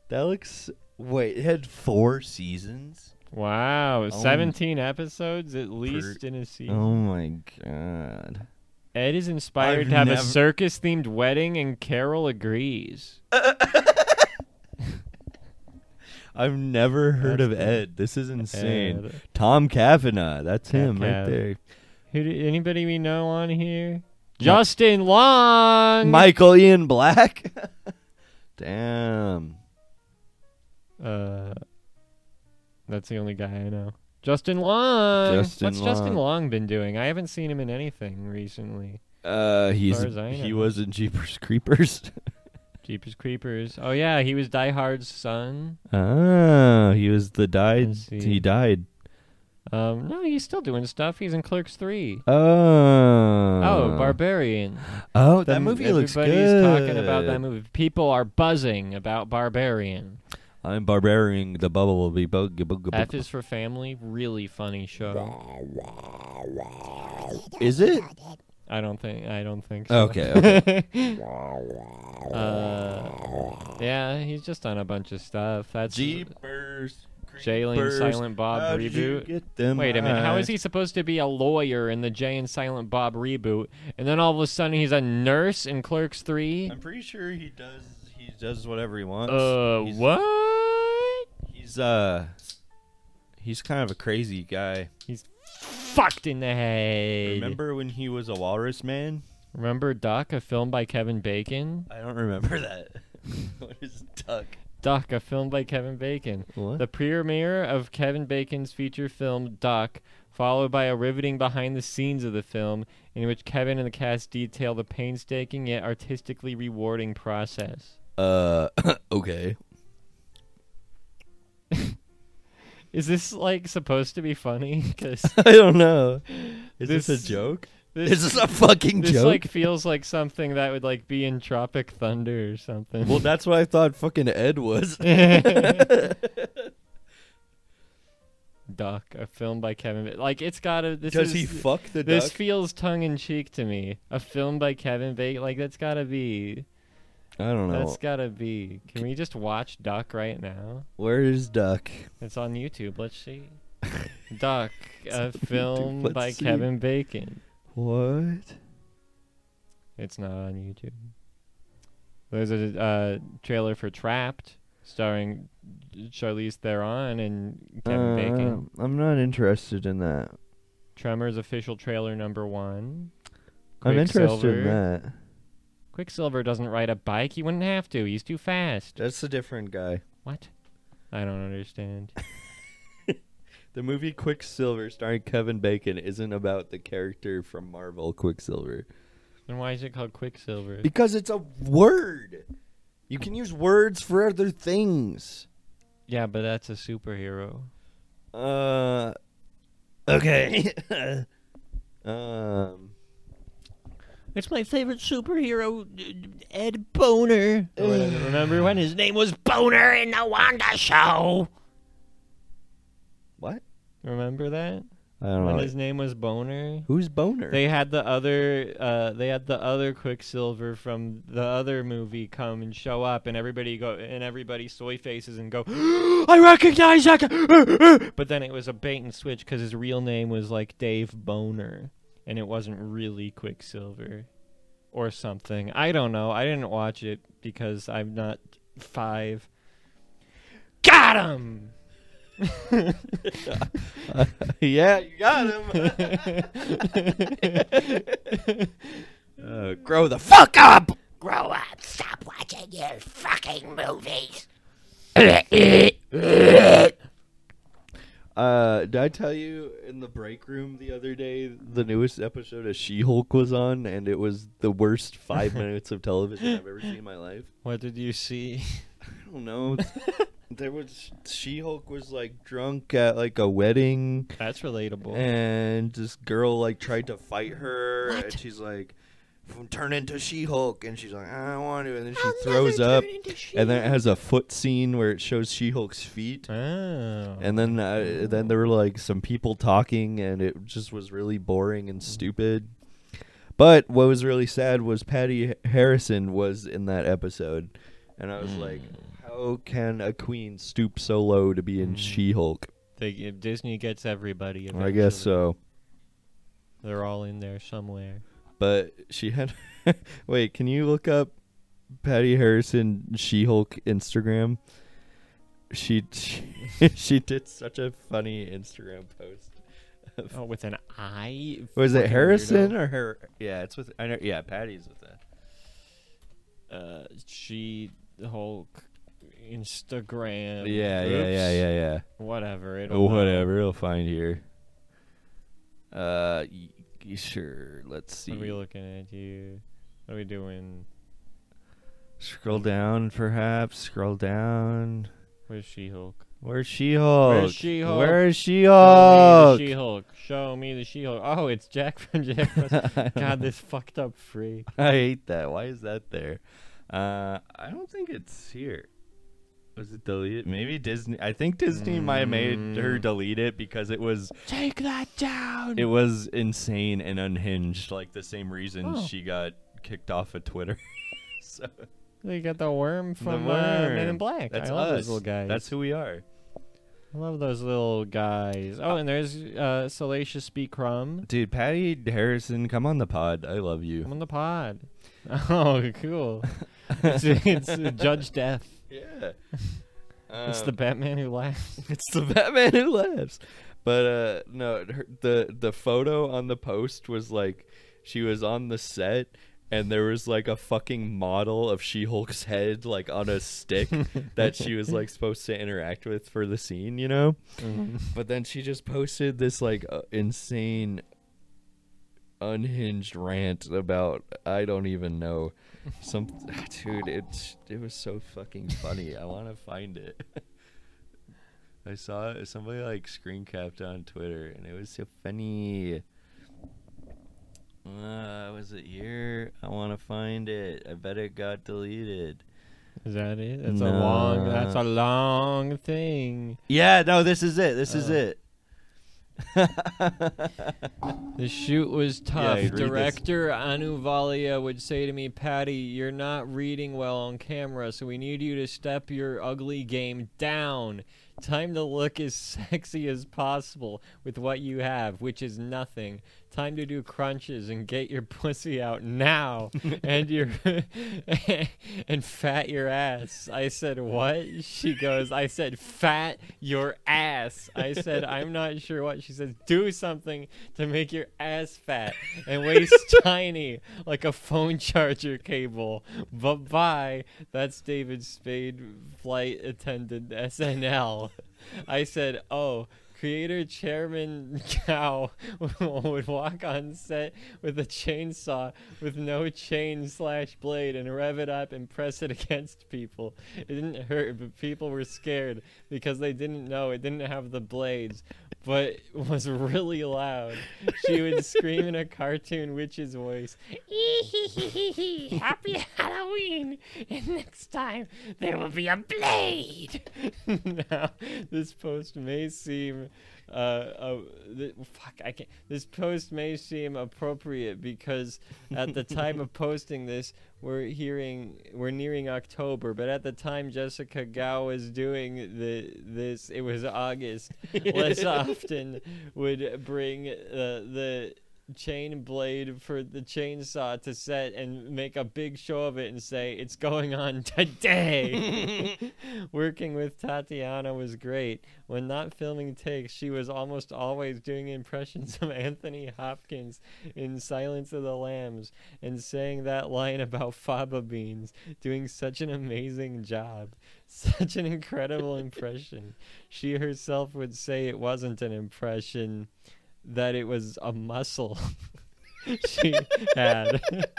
Speaker 2: That looks. Wait, it had four seasons.
Speaker 1: Wow,
Speaker 2: Oh.
Speaker 1: 17 episodes at least in a season.
Speaker 2: Oh my god.
Speaker 1: Ed is inspired
Speaker 2: I've
Speaker 1: to have a
Speaker 2: never-
Speaker 1: circus themed wedding, and Carol agrees.
Speaker 2: I've never heard
Speaker 1: That's
Speaker 2: of Ed. This is insane.
Speaker 1: Ed.
Speaker 2: Tom Kavanaugh. That's
Speaker 1: Tom
Speaker 2: him right
Speaker 1: Cav.
Speaker 2: there.
Speaker 1: Who do, anybody we know on here? Justin Long.
Speaker 2: Michael Ian Black. Damn.
Speaker 1: Uh, that's the only guy I know. Justin Long.
Speaker 2: Justin
Speaker 1: What's Justin
Speaker 2: Long.
Speaker 1: Long been doing? I haven't seen him in anything recently.
Speaker 2: Uh, he's
Speaker 1: far as I
Speaker 2: he
Speaker 1: know.
Speaker 2: was in Jeepers Creepers.
Speaker 1: Jeepers Creepers. Oh yeah, he was Die Hard's son.
Speaker 2: ah, he was the died.
Speaker 1: Let's see.
Speaker 2: He died.
Speaker 1: Um, no, he's still doing stuff. He's in Clerks Three.
Speaker 2: Oh.
Speaker 1: Oh,
Speaker 2: Oh,
Speaker 1: Barbarian.
Speaker 2: Oh, that
Speaker 1: The-
Speaker 2: movie looks good.
Speaker 1: Everybody's talking about that movie. People are buzzing about Barbarian.
Speaker 2: I'm barbarian. The bubble will be bug. bug,
Speaker 1: F
Speaker 2: bug.
Speaker 1: is for Family. Really funny show.
Speaker 2: Is it?
Speaker 1: I don't think. I don't think. So.
Speaker 2: Okay. okay.
Speaker 1: Uh, yeah, he's just on a bunch of stuff. That's
Speaker 2: Jeepers.
Speaker 1: Jalen Silent Bob
Speaker 2: How did you
Speaker 1: reboot.
Speaker 2: get them
Speaker 1: Wait a minute, how is
Speaker 2: eyes?
Speaker 1: he supposed to be a lawyer in the Jay and Silent Bob reboot, and then all of a sudden he's a nurse in Clerks Three?
Speaker 2: I'm pretty sure he does. He does whatever he wants.
Speaker 1: Uh,
Speaker 2: he's,
Speaker 1: what?
Speaker 2: He's uh, he's kind of a crazy guy.
Speaker 1: He's fucked in the head.
Speaker 2: Remember when he was a walrus man?
Speaker 1: Remember Duck, a film by Kevin Bacon?
Speaker 2: I don't remember that. what is Duck?
Speaker 1: Duck, a film by Kevin Bacon.
Speaker 2: What?
Speaker 1: The premiere of Kevin Bacon's feature film Duck, followed by a riveting behind the scenes of the film, in which Kevin and the cast detail the painstaking yet artistically rewarding process.
Speaker 2: Uh, okay.
Speaker 1: Is this like supposed to be funny? Because
Speaker 2: I don't know. Is this,
Speaker 1: This-
Speaker 2: a joke?
Speaker 1: this,
Speaker 2: is this a fucking
Speaker 1: this
Speaker 2: joke?
Speaker 1: like feels like something that would like be in Tropic Thunder or something.
Speaker 2: well, that's what I thought fucking Ed was.
Speaker 1: Duck, a film by Kevin. Ba- Like it's got to. This
Speaker 2: Does
Speaker 1: is,
Speaker 2: he fuck the
Speaker 1: This
Speaker 2: duck?
Speaker 1: feels tongue in cheek to me. A film by Kevin Bacon. Like that's gotta be.
Speaker 2: I don't know.
Speaker 1: That's gotta be. Can we just watch Duck right now?
Speaker 2: Where is Duck?
Speaker 1: It's on YouTube. Let's see. Duck, a
Speaker 2: It's on YouTube.
Speaker 1: film
Speaker 2: Let's
Speaker 1: by
Speaker 2: see.
Speaker 1: Kevin Bacon.
Speaker 2: What?
Speaker 1: It's not on YouTube. There's a uh, trailer for Trapped, starring Charlize Theron and Kevin Bacon.
Speaker 2: Uh, I'm not interested in that.
Speaker 1: Tremors official trailer number one.
Speaker 2: I'm interested
Speaker 1: Quicksilver.
Speaker 2: in that.
Speaker 1: Quicksilver doesn't ride a bike. He wouldn't have to. He's too fast.
Speaker 2: That's a different guy.
Speaker 1: What? I don't understand.
Speaker 2: The movie Quicksilver, starring Kevin Bacon, isn't about the character from Marvel Quicksilver.
Speaker 1: then why is it called Quicksilver?
Speaker 2: Because it's a word. You can use words for other things.
Speaker 1: yeah, but that's a superhero.
Speaker 2: Uh. Okay. um.
Speaker 1: It's my favorite superhero, Ed Boner. Remember when his name was Boner in the Wanda Show?
Speaker 2: What?
Speaker 1: Remember that?
Speaker 2: I don't
Speaker 1: When
Speaker 2: know.
Speaker 1: his name was Boner?
Speaker 2: Who's Boner?
Speaker 1: They had the other uh they had the other Quicksilver from the other movie come and show up and everybody go and everybody soy faces and go I recognize that guy!" but then it was a bait and switch cuz his real name was like Dave Boner and it wasn't really Quicksilver or something. I don't know. I didn't watch it because I'm not 5. Got him.
Speaker 2: yeah, you got him. uh, grow the fuck up.
Speaker 7: Grow up. Stop watching your fucking movies.
Speaker 2: Uh, did I tell you in the break room the other day the newest episode of She-Hulk was on, and it was the worst five minutes of television I've ever seen in my life.
Speaker 1: What did you see?
Speaker 2: I don't know. There was She-Hulk was like drunk at like a wedding,
Speaker 1: That's relatable.
Speaker 2: and this girl like tried to fight her, and she's like, "Turn into She-Hulk," and she's like, "I don't want to," and then she throws up, and then it has a foot scene where it shows She-Hulk's feet.
Speaker 1: Oh.
Speaker 2: And then uh, then there were like some people talking, and it just was really boring and stupid. But what was really sad was Patty Harrison was in that episode, and I was like, how can a queen stoop so low to be in She Hulk?
Speaker 1: They if Disney gets everybody.
Speaker 2: I guess
Speaker 1: eventually.
Speaker 2: so.
Speaker 1: They're all in there somewhere.
Speaker 2: But she had. wait, can you look up Patty Harrison She Hulk Instagram? She, she she did such a funny Instagram post.
Speaker 1: Oh, with an eye.
Speaker 2: Was it
Speaker 1: Fucking
Speaker 2: Harrison
Speaker 1: weirdo.
Speaker 2: or her? Yeah, it's with. I know. Yeah, Patty's with that.
Speaker 1: Uh, she Hulk, Instagram.
Speaker 2: Yeah, yeah,
Speaker 1: Oops.
Speaker 2: yeah, yeah, yeah.
Speaker 1: Whatever. It.
Speaker 2: Whatever, it'll find here. Uh, y- y- sure. Let's see.
Speaker 1: What are we looking at you? What are we doing?
Speaker 2: Scroll down, perhaps. Scroll down.
Speaker 1: Where's She Hulk?
Speaker 2: Where's She-Hulk?
Speaker 1: She-Hulk?
Speaker 2: Where's
Speaker 1: Show
Speaker 2: She-Hulk?
Speaker 1: me the She Hulk. Show me the She Hulk. Oh, it's Jack from Jack. Frost. God, this fucked up freak.
Speaker 2: I hate that. Why is that there? Uh, I don't think it's here. Was it deleted? Maybe Disney. I think Disney might have made her delete it because it was
Speaker 1: Mm. Take that down.
Speaker 2: it was insane and unhinged. Like the same reason
Speaker 1: Oh.
Speaker 2: she got kicked off of Twitter. so
Speaker 1: They got the worm from
Speaker 2: the
Speaker 1: Uh, Men in
Speaker 2: worm.
Speaker 1: Black.
Speaker 2: That's
Speaker 1: I love
Speaker 2: us.
Speaker 1: those little guys.
Speaker 2: That's who we are.
Speaker 1: I love those little guys. Oh, and there's uh, Salacious B. Crumb.
Speaker 2: Dude, Patty Harrison, come on the pod. I love
Speaker 1: I'm
Speaker 2: you.
Speaker 1: on the pod. Oh, cool. it's it's uh, Judge Death.
Speaker 2: Yeah.
Speaker 1: It's the Batman who laughs.
Speaker 2: It's the Batman who laughs. But uh no, her, the the photo on the post was like she was on the set and there was like a fucking model of She-Hulk's head like on a stick that she was like supposed to interact with for the scene, you know? But then she just posted this like uh, insane unhinged rant about I don't even know some dude it it was so fucking funny. I want to find it. I saw it, somebody like screen capped on Twitter and it was so funny. Uh, was it here? I want to find it. I bet it got deleted.
Speaker 1: Is that it? That's a long. That's a long thing.
Speaker 2: Yeah, no, this is it. This is
Speaker 1: Oh.
Speaker 2: it.
Speaker 1: The shoot was
Speaker 2: Yeah,
Speaker 1: tough.
Speaker 2: you'd read this.
Speaker 1: Director Anuvalia would say to me, Patty, you're not reading well on camera, so we need you to step your ugly game down. Time to look as sexy as possible with what you have, which is nothing. Time to do crunches and get your pussy out now and your and fat your ass. I said, "What?" She goes, "I said fat your ass." I said, "I'm not sure what." She says, "Do something to make your ass fat and waist tiny like a phone charger cable." Bye bye. That's David Spade, flight attendant SNL. I said, "Oh." Creator Chairman Cow would walk on set with a chainsaw with no chain slash blade and rev it up and press it against people. It didn't hurt, but people were scared because they didn't know it didn't have the blades, but it was really loud. She would scream in a cartoon witch's voice,
Speaker 7: Eeheeheehee. Happy Halloween! And next time there will be a blade.
Speaker 1: now this post may seem uh, uh th- fuck I can't this post may seem appropriate because at the time of posting this we're hearing we're nearing October but at the time Jessica Gao was doing the this it was August less often would bring uh, the chain blade for the chainsaw to set and make a big show of it and say it's going on today. Working with Tatiana was great. When not filming takes, she was almost always doing impressions of Anthony Hopkins in Silence of the Lambs and saying that line about faba beans, doing such an amazing job. Such an incredible impression. She herself would say it wasn't an impression that it was a muscle she had.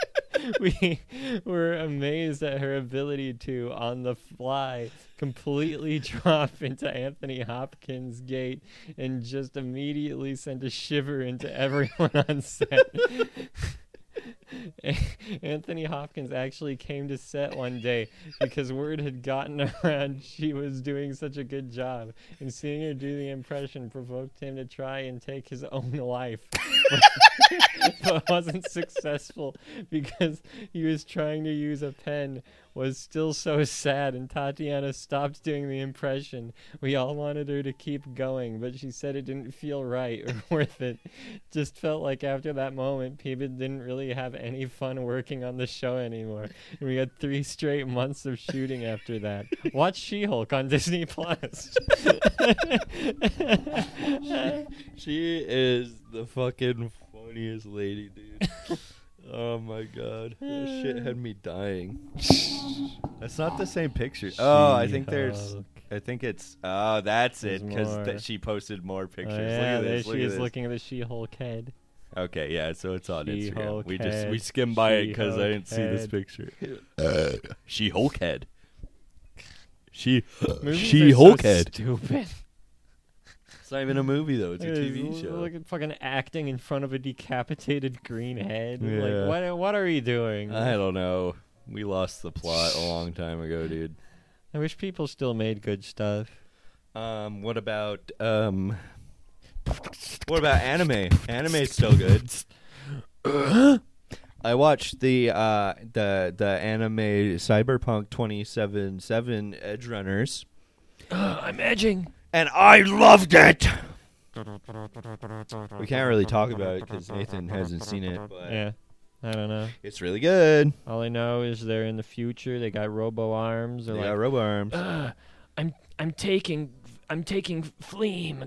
Speaker 1: we were amazed at her ability to, on the fly, completely drop into Anthony Hopkins' gait and just immediately sent a shiver into everyone on set. Anthony Hopkins actually came to set one day because word had gotten around she was doing such a good job, and seeing her do the impression provoked him to try and take his own life. but wasn't successful because he was trying to use a pen was still so sad and Tatiana stopped doing the impression. We all wanted her to keep going, but she said it didn't feel right or worth it. Just felt like after that moment people didn't really have any fun working on the show anymore. And we had three straight months of shooting after that. Watch She Hulk on Disney Plus.
Speaker 8: She is the fucking funniest lady, dude. oh my god. That shit had me dying.
Speaker 2: That's not the same picture. Oh, I think there's.
Speaker 1: She-Hulk.
Speaker 2: I think it's. Oh, that's
Speaker 1: There's
Speaker 2: it. Because
Speaker 1: more.
Speaker 2: th- she posted more
Speaker 1: Oh,
Speaker 2: pictures.
Speaker 1: yeah, there
Speaker 2: look at this. look
Speaker 1: she
Speaker 2: at
Speaker 1: is
Speaker 2: this.
Speaker 1: looking at the She-Hulk head.
Speaker 2: Okay, yeah. So it's on Instagram.
Speaker 1: She-Hulk
Speaker 2: We just we
Speaker 1: head.
Speaker 2: skimmed by it because I
Speaker 1: She-Hulk
Speaker 2: didn't see this
Speaker 1: head.
Speaker 2: picture. she Hulk head. She
Speaker 1: Movies
Speaker 2: she
Speaker 1: are so
Speaker 2: Hulk head.
Speaker 1: Stupid.
Speaker 2: It's not even a movie though. It's a
Speaker 1: Look at
Speaker 2: TV
Speaker 1: this,
Speaker 2: show.
Speaker 1: Look at fucking acting in front of a decapitated green head.
Speaker 2: Yeah.
Speaker 1: Like what? What are you doing?
Speaker 2: I
Speaker 1: I,
Speaker 2: don't know. We lost the plot a long time ago, dude.
Speaker 1: wish people still made good stuff.
Speaker 2: Um, what about um, what about anime? Anime's still good. I watched the uh the the anime Cyberpunk twenty seven seven Edge Runners,
Speaker 1: I'm edging.
Speaker 2: and I loved it. We can't really talk about it because Nathan hasn't seen it, but
Speaker 1: Yeah. I don't know.
Speaker 2: it's really good.
Speaker 1: All I know is they're in the future. They got robo arms. They're
Speaker 2: They got
Speaker 1: like,
Speaker 2: robo arms.
Speaker 7: Uh, I'm I'm taking I'm taking Fleam.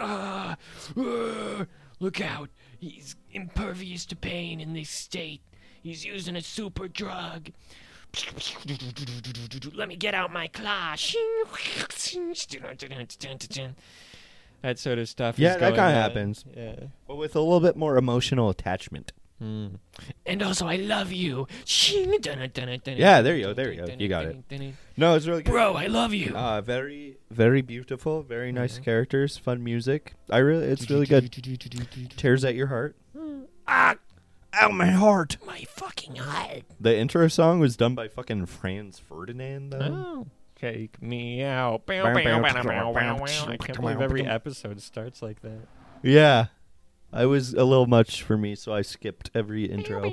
Speaker 7: Ah, uh, look out! He's impervious to pain in this state. He's using a super drug. Let me get out my claw.
Speaker 1: that sort of stuff.
Speaker 2: Yeah,
Speaker 1: is
Speaker 2: that
Speaker 1: going
Speaker 2: kinda
Speaker 1: on.
Speaker 2: happens.
Speaker 1: Yeah.
Speaker 2: But with a little bit more emotional attachment.
Speaker 7: Hmm. And also, I love you.
Speaker 2: Yeah,
Speaker 7: Yeah,
Speaker 2: there you go, there you go. You got it. No, it's really good.
Speaker 7: Bro, I love you. Mm-hmm.
Speaker 2: Uh, very, very beautiful. Very nice characters. Fun music. I really, it's really good. Tears at your heart.
Speaker 7: Ah,
Speaker 2: Out my heart.
Speaker 7: my fucking heart.
Speaker 2: The intro song was done by fucking Franz Ferdinand,
Speaker 7: Ah.
Speaker 2: though.
Speaker 1: Oh. Take me out. Bow, bow, bow, bow, bow, bow, bow. I can't believe every episode starts like that.
Speaker 2: Yeah, I was a little much for me, so I skipped every intro.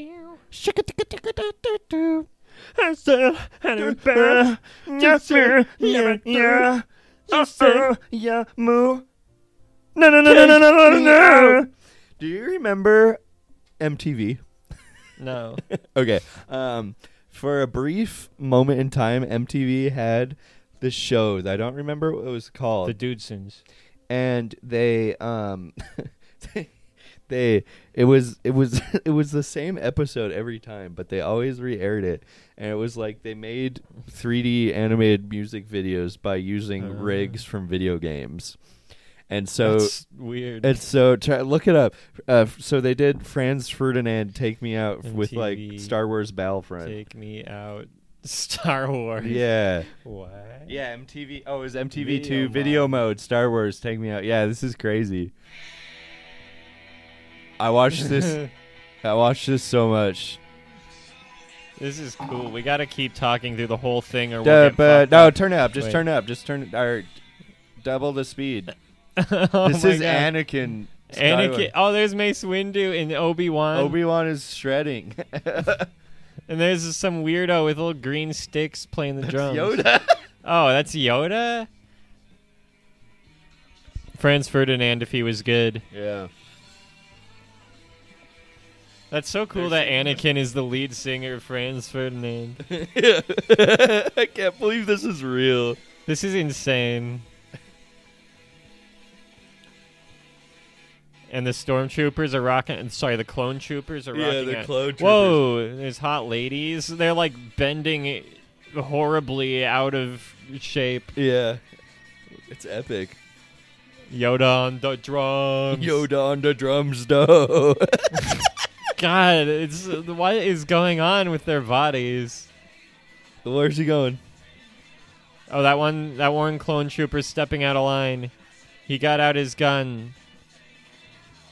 Speaker 2: Uh, Mm, yeah, yeah, moo. No, no, no, no, no, no, no, no. Do you remember MTV?
Speaker 1: No.
Speaker 2: Okay. Um, for a brief moment in time, MTV had this show that I don't remember what it was
Speaker 1: the
Speaker 2: called,
Speaker 1: Dudesons.
Speaker 2: and they um, they, they it was it was it was the same episode every time, but they always re-aired it, and it was like they made 3D animated music videos by using
Speaker 1: Uh.
Speaker 2: rigs from video games, and so.
Speaker 1: That's weird.
Speaker 2: And so try, look it up. Uh, f- so they did Franz Ferdinand take me out f- with
Speaker 1: MTV.
Speaker 2: like Star Wars Battlefront.
Speaker 1: Take me out, Star Wars.
Speaker 2: Yeah.
Speaker 1: What?
Speaker 2: Yeah, MTV. Oh, it was MTV2
Speaker 1: Video
Speaker 2: video,
Speaker 1: mode.
Speaker 2: mode Star Wars take me out. Yeah, this is crazy. I watched this I watched this so much.
Speaker 1: This is cool. We gotta keep talking through the whole thing, or
Speaker 2: Duh,
Speaker 1: we'll
Speaker 2: but
Speaker 1: get
Speaker 2: no, turn it up. Just
Speaker 1: Wait.
Speaker 2: turn it up. Just turn it or double the speed.
Speaker 1: fucked up. Oh
Speaker 2: this
Speaker 1: my
Speaker 2: is
Speaker 1: God.
Speaker 2: Anakin.
Speaker 1: Anakin. um, Oh, there's Mace Windu and Obi Wan.
Speaker 2: Obi Wan is shredding.
Speaker 1: and there's some weirdo with little green sticks playing the drums.
Speaker 2: Yoda.
Speaker 1: Oh, that's Yoda. Franz Ferdinand, if he was good.
Speaker 2: Yeah.
Speaker 1: That's so cool that Anakin is the lead singer of Franz Ferdinand.
Speaker 2: I can't believe this is real.
Speaker 1: This is insane. And the stormtroopers are rocking. Sorry, the clone troopers are
Speaker 2: Yeah,
Speaker 1: rocking.
Speaker 2: the
Speaker 1: it.
Speaker 2: clone
Speaker 1: Whoa, there's hot ladies. They're like bending horribly out of shape.
Speaker 2: Yeah. It's epic.
Speaker 1: Yoda on the drums.
Speaker 2: Yoda on the drums, though.
Speaker 1: God, it's what is going on with their bodies?
Speaker 2: Where's he going?
Speaker 1: Oh, that one, that one clone trooper stepping out of line. He got out his gun.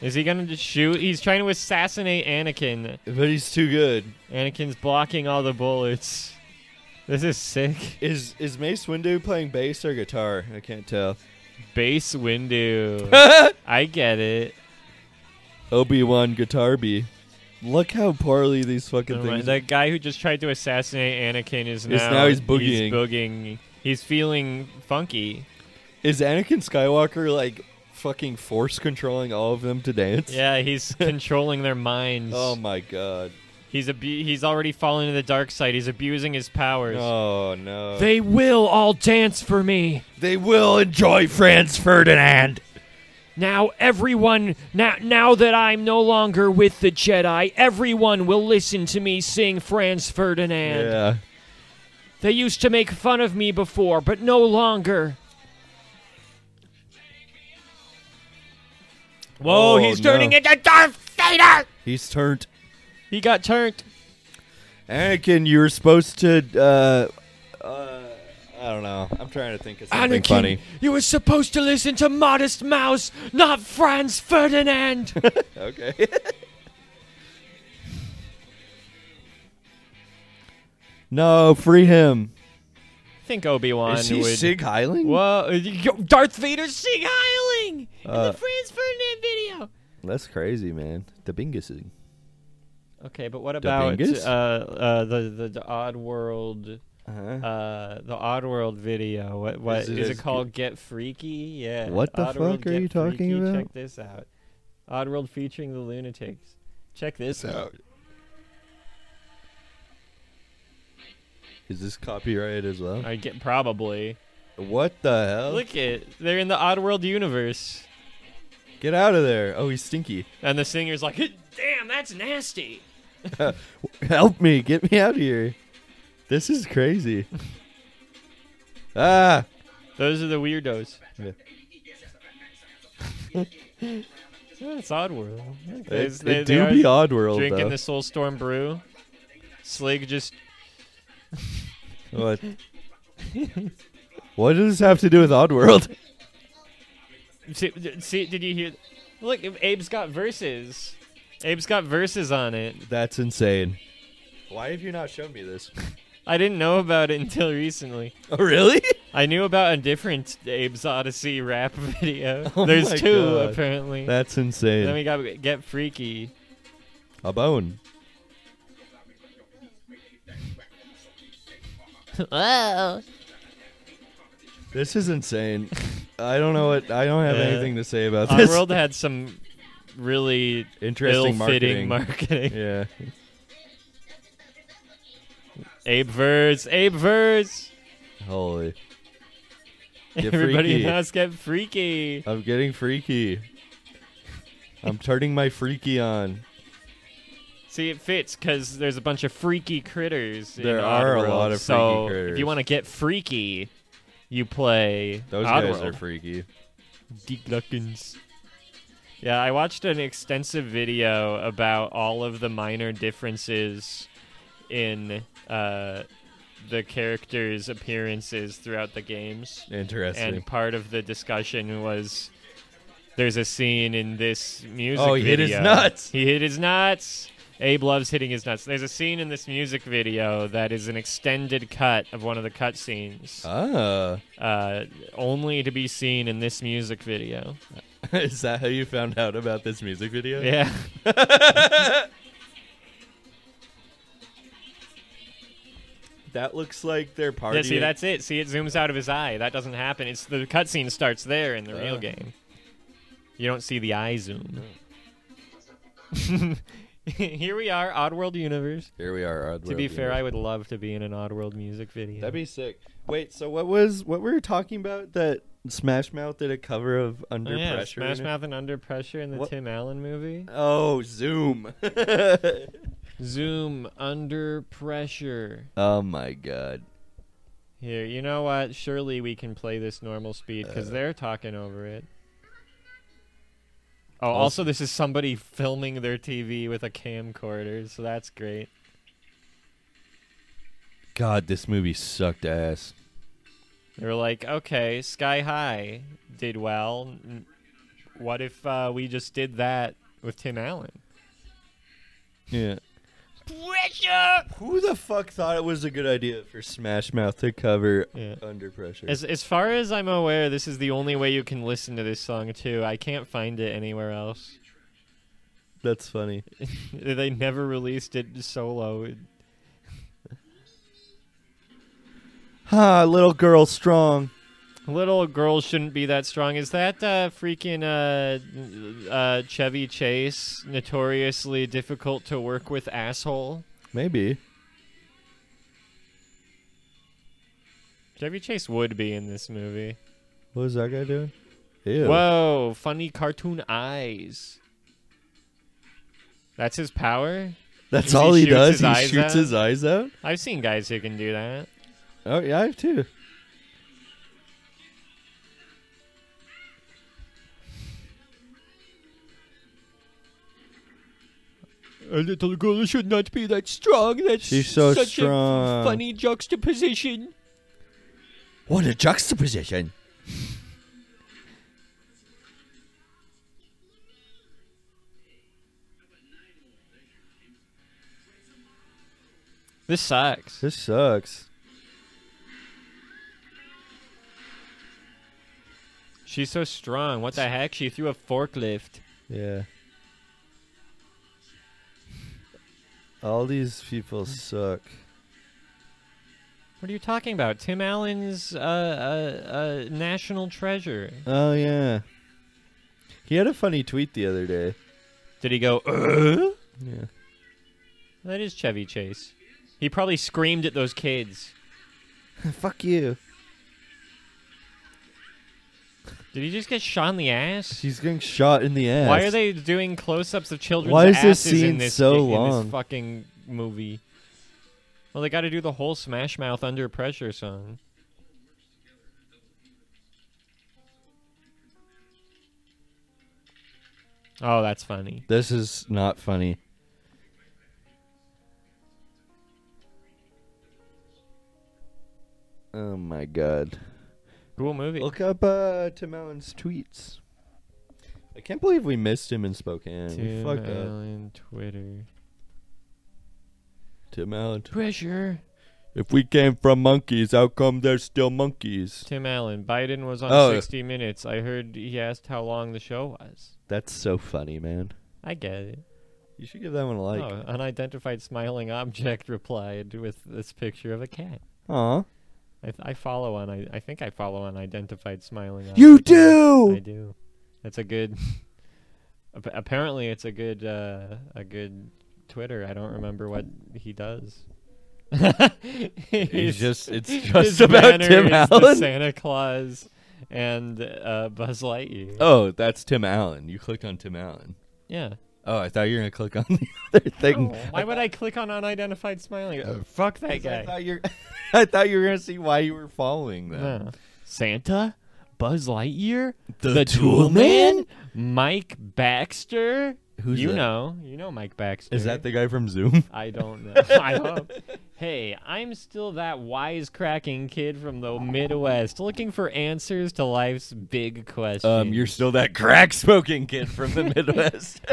Speaker 1: Is he gonna just shoot? He's trying to assassinate Anakin.
Speaker 2: But he's too good.
Speaker 1: Anakin's blocking all the bullets. This is sick.
Speaker 2: Is is Mace Windu playing bass or guitar? I can't tell.
Speaker 1: Base Windu. I get it.
Speaker 2: Obi Wan Guitarby. Look how poorly these fucking
Speaker 1: Never mind.
Speaker 2: things.
Speaker 1: That guy who just tried to assassinate Anakin is now,
Speaker 2: Is now he's boogieing.
Speaker 1: He's boogieing. He's feeling funky.
Speaker 2: Is Anakin Skywalker like fucking force controlling all of them to dance?
Speaker 1: Yeah, he's controlling their minds.
Speaker 2: Oh my god.
Speaker 1: He's abu- he's already fallen to the dark side. He's abusing his powers.
Speaker 2: Oh no.
Speaker 7: They will all dance for me.
Speaker 2: They will enjoy Franz Ferdinand.
Speaker 7: Now everyone, now now that I'm no longer with the Jedi, everyone will listen to me sing Franz Ferdinand.
Speaker 2: Yeah.
Speaker 7: They used to make fun of me before, but no longer.
Speaker 1: Whoa,
Speaker 2: Oh,
Speaker 1: he's
Speaker 2: no.
Speaker 1: turning into Darth Vader.
Speaker 2: He's turned.
Speaker 1: He got turned.
Speaker 2: Anakin, you were supposed to. Uh, uh, I don't know. I'm trying to think of something
Speaker 7: Anakin,
Speaker 2: funny.
Speaker 7: you were supposed to listen to Modest Mouse, not Franz Ferdinand.
Speaker 2: Okay. no, free him.
Speaker 1: I think Obi Wan
Speaker 2: Is he
Speaker 1: would.
Speaker 2: Sig Heiling?
Speaker 1: Whoa, yo, Darth Vader's sing heiling in
Speaker 2: Uh,
Speaker 1: the Franz Ferdinand video.
Speaker 2: That's crazy, man. The Bingus.
Speaker 1: Okay, but what about
Speaker 2: Dominguez?
Speaker 1: uh, uh, the, the the Odd World
Speaker 2: Uh-huh.
Speaker 1: uh, the Odd World video? What what
Speaker 2: Is
Speaker 1: is
Speaker 2: it
Speaker 1: it,
Speaker 2: as
Speaker 1: called? Get Freaky? Yeah.
Speaker 2: What the
Speaker 1: Oddworld
Speaker 2: fuck are
Speaker 1: Get
Speaker 2: you talking
Speaker 1: Freaky.
Speaker 2: about?
Speaker 1: Check this out. Odd World featuring the Lunatics. Check this out.
Speaker 2: Is this copyright as well?
Speaker 1: I get probably.
Speaker 2: What the hell?
Speaker 1: Look it. They're in the Odd World universe,
Speaker 2: Get out of there. Oh, he's stinky.
Speaker 1: and the singer's like,
Speaker 7: Damn, that's nasty.
Speaker 2: Help me. Get me out of here. This is crazy. ah.
Speaker 1: "Those are the weirdos."
Speaker 2: Yeah.
Speaker 1: Yeah, it's Odd World.
Speaker 2: It, it do be odd world,
Speaker 1: drinking
Speaker 2: though.
Speaker 1: the Soulstorm brew. Slig just
Speaker 2: What? what does this have to do with Oddworld?
Speaker 1: See, d- see, did you hear? Look, Abe's got verses. Abe's got verses on it.
Speaker 2: That's insane. Why have you not shown me this?
Speaker 1: I didn't know about it until recently.
Speaker 2: Oh, really?
Speaker 1: I knew about a different Abe's Odyssey rap video. There's
Speaker 2: Oh my
Speaker 1: two
Speaker 2: God.
Speaker 1: apparently.
Speaker 2: That's
Speaker 1: then
Speaker 2: insane.
Speaker 1: we got get freaky.
Speaker 2: A bone.
Speaker 9: Whoa.
Speaker 2: This is insane. I don't know what. I don't have
Speaker 1: Yeah.
Speaker 2: anything to say about this.
Speaker 1: Oddworld had some really
Speaker 2: Interesting
Speaker 1: ill-fitting
Speaker 2: marketing.
Speaker 1: marketing.
Speaker 2: yeah.
Speaker 1: Abe verse, Abe verse.
Speaker 2: Holy. Get
Speaker 1: Everybody
Speaker 2: freaky.
Speaker 1: knows get freaky.
Speaker 2: I'm getting freaky. I'm turning my freaky on.
Speaker 1: See, it fits because there's a bunch of freaky critters. in
Speaker 2: There are a
Speaker 1: Oddworld,
Speaker 2: lot of freaky
Speaker 1: so
Speaker 2: critters.
Speaker 1: If you want to get freaky, you play
Speaker 2: Those
Speaker 1: Oddworld.
Speaker 2: guys are freaky.
Speaker 1: Yeah, I watched an extensive video about all of the minor differences in uh, the characters' appearances throughout the games.
Speaker 2: Interesting.
Speaker 1: And part of the discussion was there's a scene in this music
Speaker 2: Oh, he hit
Speaker 1: video.
Speaker 2: his nuts.
Speaker 1: He hit his nuts. Abe loves hitting his nuts. There's a scene in this music video that is an extended cut of one of the cut scenes,
Speaker 2: ah.
Speaker 1: uh, only to be seen in this music video.
Speaker 2: Is that how you found out about this music video?
Speaker 1: Yeah.
Speaker 2: That looks like they're partying.
Speaker 1: yeah. See, that's it. See, it zooms out of his eye. That doesn't happen. It's the cutscene starts there in the real
Speaker 2: Ah.
Speaker 1: game. You don't see the eye zoom.
Speaker 2: Mm.
Speaker 1: Here we are, Oddworld universe.
Speaker 2: Here we are.
Speaker 1: To be fair, I would love to be in an Oddworld music video.
Speaker 2: That'd be sick. Wait, so what was what we were talking about that Smash Mouth did a cover of Under
Speaker 1: Oh, yeah,
Speaker 2: Pressure?
Speaker 1: Smash
Speaker 2: in it?
Speaker 1: Mouth and Under Pressure in the
Speaker 2: What-
Speaker 1: Tim Allen movie.
Speaker 2: Oh, Zoom.
Speaker 1: Zoom Under Pressure.
Speaker 2: oh my god.
Speaker 1: Here, you know what? Surely we can play this normal speed
Speaker 2: Uh.
Speaker 1: because they're talking over it. Oh, also, this is somebody filming their TV with a camcorder, so that's great.
Speaker 2: God, this movie sucked ass.
Speaker 1: They were like, okay, Sky High did well. N- What if uh, we just did that with Tim Allen?
Speaker 2: Yeah. Pressure. Who the fuck thought it was a good idea for Smash Mouth to cover
Speaker 1: Yeah.
Speaker 2: Under Pressure?
Speaker 1: As as far as I'm aware, this is the only way you can listen to this song too. I can't find it anywhere else.
Speaker 2: That's funny.
Speaker 1: they never released it solo.
Speaker 2: Ha, little girl strong.
Speaker 1: Little girls shouldn't be that strong. Is that uh, freaking uh, uh, Chevy Chase notoriously difficult to work with asshole?
Speaker 2: Maybe.
Speaker 1: Chevy Chase would be in this movie.
Speaker 2: What is that guy doing? Ew.
Speaker 1: Whoa, funny cartoon eyes. That's his power?
Speaker 2: That's
Speaker 1: He
Speaker 2: all he
Speaker 1: shoots his
Speaker 2: does. He
Speaker 1: eyes
Speaker 2: shoots
Speaker 1: out?
Speaker 2: his eyes out.
Speaker 1: I've seen guys who can do that.
Speaker 2: Oh yeah, I have too.
Speaker 1: A little girl should not be that strong. That's
Speaker 2: She's so strong.
Speaker 1: juxtaposition.
Speaker 10: What a juxtaposition.
Speaker 1: This sucks.
Speaker 2: This sucks.
Speaker 1: She's so strong. What the heck? She threw a forklift.
Speaker 2: Yeah. All these people suck.
Speaker 1: What are you talking about? Tim Allen's uh, uh, uh, national treasure.
Speaker 2: Oh yeah. He had a funny tweet the other day.
Speaker 1: Did he go, uh?
Speaker 2: Yeah.
Speaker 1: That is Chevy Chase. He probably screamed at those kids.
Speaker 2: Fuck you.
Speaker 1: Did he just get shot in the ass?
Speaker 2: She's getting shot in the ass.
Speaker 1: Why are they doing close-ups of children's
Speaker 2: Why is this
Speaker 1: asses in
Speaker 2: scene
Speaker 1: this
Speaker 2: so
Speaker 1: ga- in this
Speaker 2: long?
Speaker 1: fucking movie? Well, they got to do the whole Smash Mouth Under Pressure song. Oh, that's funny.
Speaker 2: This is not funny. Oh my god.
Speaker 1: Cool movie.
Speaker 2: Look up uh, Tim Allen's tweets. I can't believe we missed him in Spokane. we
Speaker 1: Tim
Speaker 2: fucked up.
Speaker 1: Allen Twitter.
Speaker 2: Tim Allen. tw-
Speaker 11: Pressure.
Speaker 2: If we came from monkeys, how come there's still monkeys?
Speaker 1: Tim Allen. Biden was on
Speaker 2: Oh.
Speaker 1: 60 Minutes. I heard he asked how long the show was.
Speaker 2: That's so funny, man.
Speaker 1: I get it.
Speaker 2: You should give that one a like.
Speaker 1: oh, unidentified smiling object replied with this picture of a cat.
Speaker 2: Aw.
Speaker 1: I, th- I follow on. I, I think I follow on identified smiling.
Speaker 2: You
Speaker 1: object.
Speaker 2: do!
Speaker 1: I do. That's a good. Ap- apparently, it's a good uh, a good Twitter. I don't remember what he does.
Speaker 2: He's
Speaker 1: His-
Speaker 2: just it's
Speaker 1: his
Speaker 2: just about
Speaker 1: banner
Speaker 2: Tim
Speaker 1: is The
Speaker 2: Allen.
Speaker 1: Santa Claus and uh, Buzz Lightyear.
Speaker 2: Oh, that's Tim Allen. You clicked on Tim Allen.
Speaker 1: Yeah.
Speaker 2: Oh, I thought you were gonna click on the other
Speaker 1: Oh,
Speaker 2: thing.
Speaker 1: Why would I click on unidentified smiling?
Speaker 2: Uh,
Speaker 1: Oh, fuck that
Speaker 2: I
Speaker 1: guy.
Speaker 2: thought you I thought you were gonna see why you were following them.
Speaker 1: No. Santa, Buzz Lightyear, Tool
Speaker 2: The Tool Man?
Speaker 1: Mike Baxter.
Speaker 2: Who's
Speaker 1: you
Speaker 2: that?
Speaker 1: know, you know Mike Baxter.
Speaker 2: Is that the guy from Zoom?
Speaker 1: I don't know. I hope. Hey, I'm still that wisecracking kid from the Midwest, looking for answers to life's big questions.
Speaker 2: Um, you're still that crack smoking kid from the Midwest.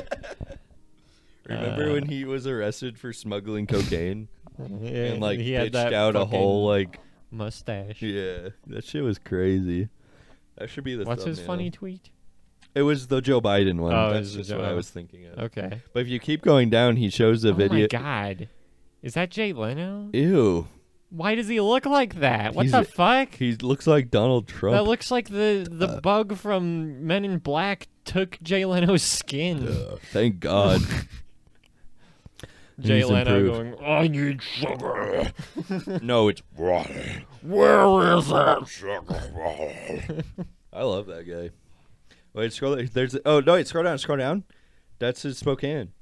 Speaker 2: Remember
Speaker 1: Uh,
Speaker 2: when he was arrested for smuggling cocaine
Speaker 1: Yeah,
Speaker 2: and like
Speaker 1: he had
Speaker 2: pitched
Speaker 1: that
Speaker 2: out a whole
Speaker 1: fucking
Speaker 2: like
Speaker 1: mustache.
Speaker 2: yeah that shit was crazy. That should be the
Speaker 1: What's his
Speaker 2: thumbnail.
Speaker 1: funny tweet?
Speaker 2: It was the Joe Biden one.
Speaker 1: Oh, it
Speaker 2: That's
Speaker 1: was the
Speaker 2: just
Speaker 1: Joe-
Speaker 2: what I was thinking of.
Speaker 1: Okay.
Speaker 2: But if you keep going down, he shows a
Speaker 1: oh
Speaker 2: video.
Speaker 1: my god. Is that Jay Leno?
Speaker 2: Ew,
Speaker 1: Why does he look like that? What
Speaker 2: He's
Speaker 1: the
Speaker 2: a-
Speaker 1: fuck?
Speaker 2: he looks like Donald Trump.
Speaker 1: That looks like the the bug from Men in Black took Jay Leno's skin.
Speaker 2: Ugh, Thank God.
Speaker 1: Jay
Speaker 2: He's
Speaker 1: Leno
Speaker 2: improved.
Speaker 1: going, I need sugar.
Speaker 2: no, it's water.
Speaker 1: Where is it?
Speaker 2: I love that guy. Wait, scroll. There's oh no, wait, scroll down, scroll down. That's his Spokane.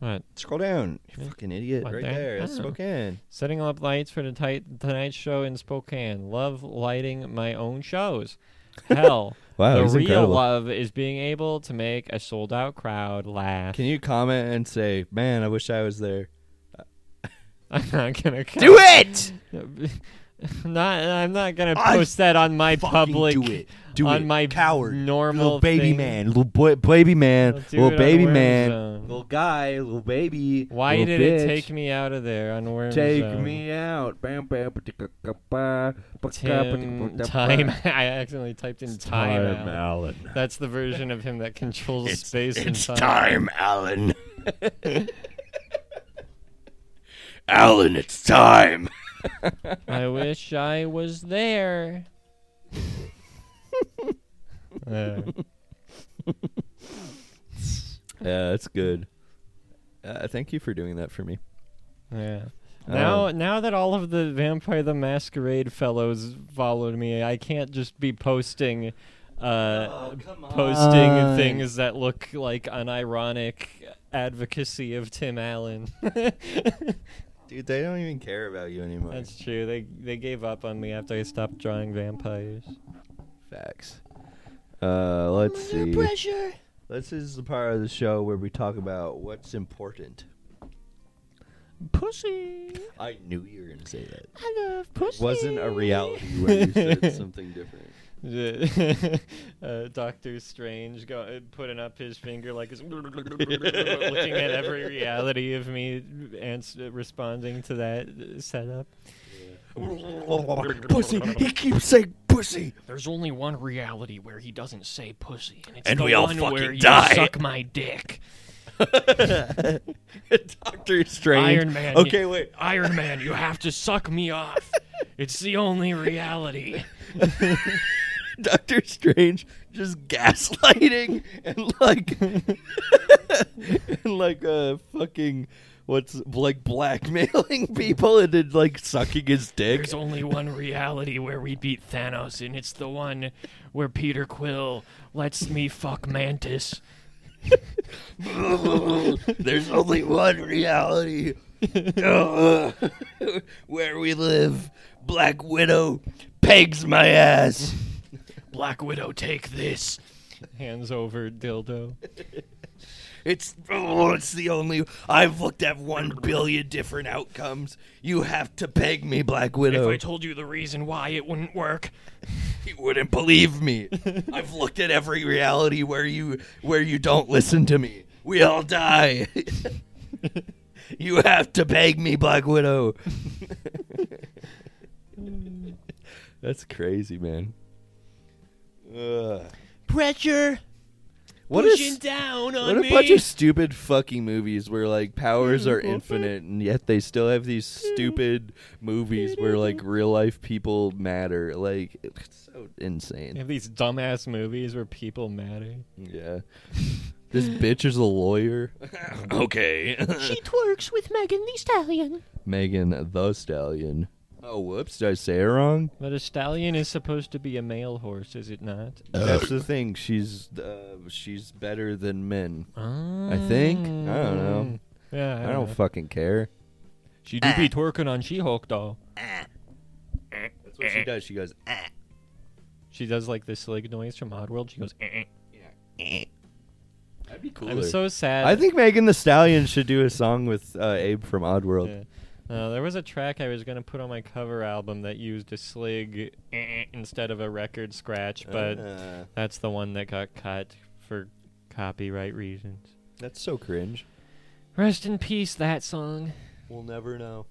Speaker 1: What?
Speaker 2: Scroll down, you fucking idiot!
Speaker 1: What
Speaker 2: right
Speaker 1: there?
Speaker 2: there, that's
Speaker 1: Oh.
Speaker 2: Spokane.
Speaker 1: Setting up lights for the tight, Tonight Show in Spokane. Love lighting my own shows. Hell,
Speaker 2: Wow,
Speaker 1: the
Speaker 2: Oh, he's
Speaker 1: real
Speaker 2: incredible.
Speaker 1: love is being able to make a sold out crowd laugh.
Speaker 2: Can you comment and say, "Man, I wish I was there"?
Speaker 1: I'm not gonna do it. Not, I'm not gonna post that on my
Speaker 9: Fucking
Speaker 1: public.
Speaker 9: do it. Do
Speaker 1: on
Speaker 9: it.
Speaker 1: my
Speaker 9: coward.
Speaker 1: normal
Speaker 9: little baby
Speaker 1: thing.
Speaker 9: man. Little
Speaker 12: Little boy, baby man,
Speaker 1: I'll do it
Speaker 12: little
Speaker 1: on
Speaker 12: baby
Speaker 1: Worm
Speaker 12: man,
Speaker 1: Zone.
Speaker 12: little guy, little baby.
Speaker 1: Why
Speaker 12: little
Speaker 1: did
Speaker 12: bitch.
Speaker 1: it take me out of there on Worm
Speaker 12: Take
Speaker 1: Zone?
Speaker 12: me out. Bam, bam, ba-da-ka-ka-ba, ba-ka-ka,
Speaker 1: Tim
Speaker 12: ba-da-ka-ba-da-ba.
Speaker 1: time. I accidentally typed in time.
Speaker 12: Time
Speaker 1: out.
Speaker 12: Allen.
Speaker 1: That's the version of him that controls space
Speaker 9: It's
Speaker 1: and
Speaker 9: time, Alan. Alan, it's time.
Speaker 1: I wish I was there. Uh,
Speaker 2: Yeah, that's good. Uh, thank you for doing that for me.
Speaker 1: yeah. Now,
Speaker 2: Um,
Speaker 1: now that all of the Vampire the Masquerade fellows followed me, I can't just be posting, uh, posting
Speaker 12: on.
Speaker 1: things that look like unironic advocacy of Tim Allen.
Speaker 2: Dude, they don't even care about you anymore.
Speaker 1: That's true. They they gave up on me after I stopped drawing vampires.
Speaker 2: Facts. Uh, let's see. This is the part of the show where we talk about what's important.
Speaker 1: Pussy.
Speaker 2: I knew you were gonna say that.
Speaker 1: I love pussy.
Speaker 2: Wasn't a reality when you said something different.
Speaker 1: uh, Doctor Strange go, uh, putting up his finger like his looking at every reality of me and s- responding to that uh, setup.
Speaker 9: Pussy. He keeps saying pussy.
Speaker 7: There's only one reality where he doesn't say pussy, and it's
Speaker 9: And
Speaker 7: the
Speaker 9: we all
Speaker 7: one
Speaker 9: fucking
Speaker 7: where
Speaker 9: die.
Speaker 7: you suck my dick.
Speaker 2: Doctor Strange.
Speaker 7: Iron Man.
Speaker 2: Okay,
Speaker 7: you-
Speaker 2: wait.
Speaker 7: Iron Man, you have to suck me off. It's the only reality.
Speaker 2: Doctor Strange just gaslighting and like and like uh fucking what's like blackmailing people and then like sucking his dick.
Speaker 7: There's only one reality where we beat Thanos, and it's the one where Peter Quill lets me fuck Mantis.
Speaker 9: There's only one reality uh, where we live. Black Widow pegs my ass.
Speaker 7: Black Widow, take this.
Speaker 1: Hands over dildo.
Speaker 9: It's oh, it's the only. I've looked at one billion different outcomes. You have to peg me, Black
Speaker 7: If
Speaker 9: Widow.
Speaker 7: I told you the reason why it wouldn't work,
Speaker 9: you wouldn't believe me. I've looked at every reality where you where you don't listen to me. We all die. you have to peg me, Black Widow.
Speaker 2: That's crazy, man. Ugh.
Speaker 9: Pressure.
Speaker 2: What
Speaker 7: pushing
Speaker 2: is
Speaker 7: down on
Speaker 2: what a
Speaker 7: me.
Speaker 2: bunch of stupid fucking movies where like powers are infinite and yet they still have these stupid movies where like real life people matter. Like it's so
Speaker 1: They
Speaker 2: insane.
Speaker 1: have these dumbass movies where people matter.
Speaker 2: Yeah. This bitch is a lawyer.
Speaker 9: Okay.
Speaker 7: twerks with Megan the Stallion.
Speaker 2: Megan the Stallion. Oh, whoops. Did I say it wrong?
Speaker 1: But a stallion is supposed to be a male horse, is it not?
Speaker 2: That's the thing. She's uh, she's better than men.
Speaker 1: I
Speaker 2: I think. I don't know.
Speaker 1: Mm. Yeah, I
Speaker 2: I
Speaker 1: don't,
Speaker 2: don't
Speaker 1: know. Ah.
Speaker 2: fucking care.
Speaker 1: She do be twerking on She-Hulk though.
Speaker 2: That's what she does. She goes. "Ah."
Speaker 1: She does like this slick noise from Oddworld. She goes. "Eh, eh."
Speaker 2: That'd be cool.
Speaker 1: I'm so sad.
Speaker 2: I think Megan the Stallion should do a song with uh, Abe from Oddworld.
Speaker 1: Yeah. Uh, there was a track I was gonna put on my cover album that used a slig eh, instead of a record scratch, but
Speaker 2: Uh,
Speaker 1: that's the one that got cut for copyright reasons.
Speaker 2: that's so cringe.
Speaker 1: Rest in peace, that song.
Speaker 2: We'll never know.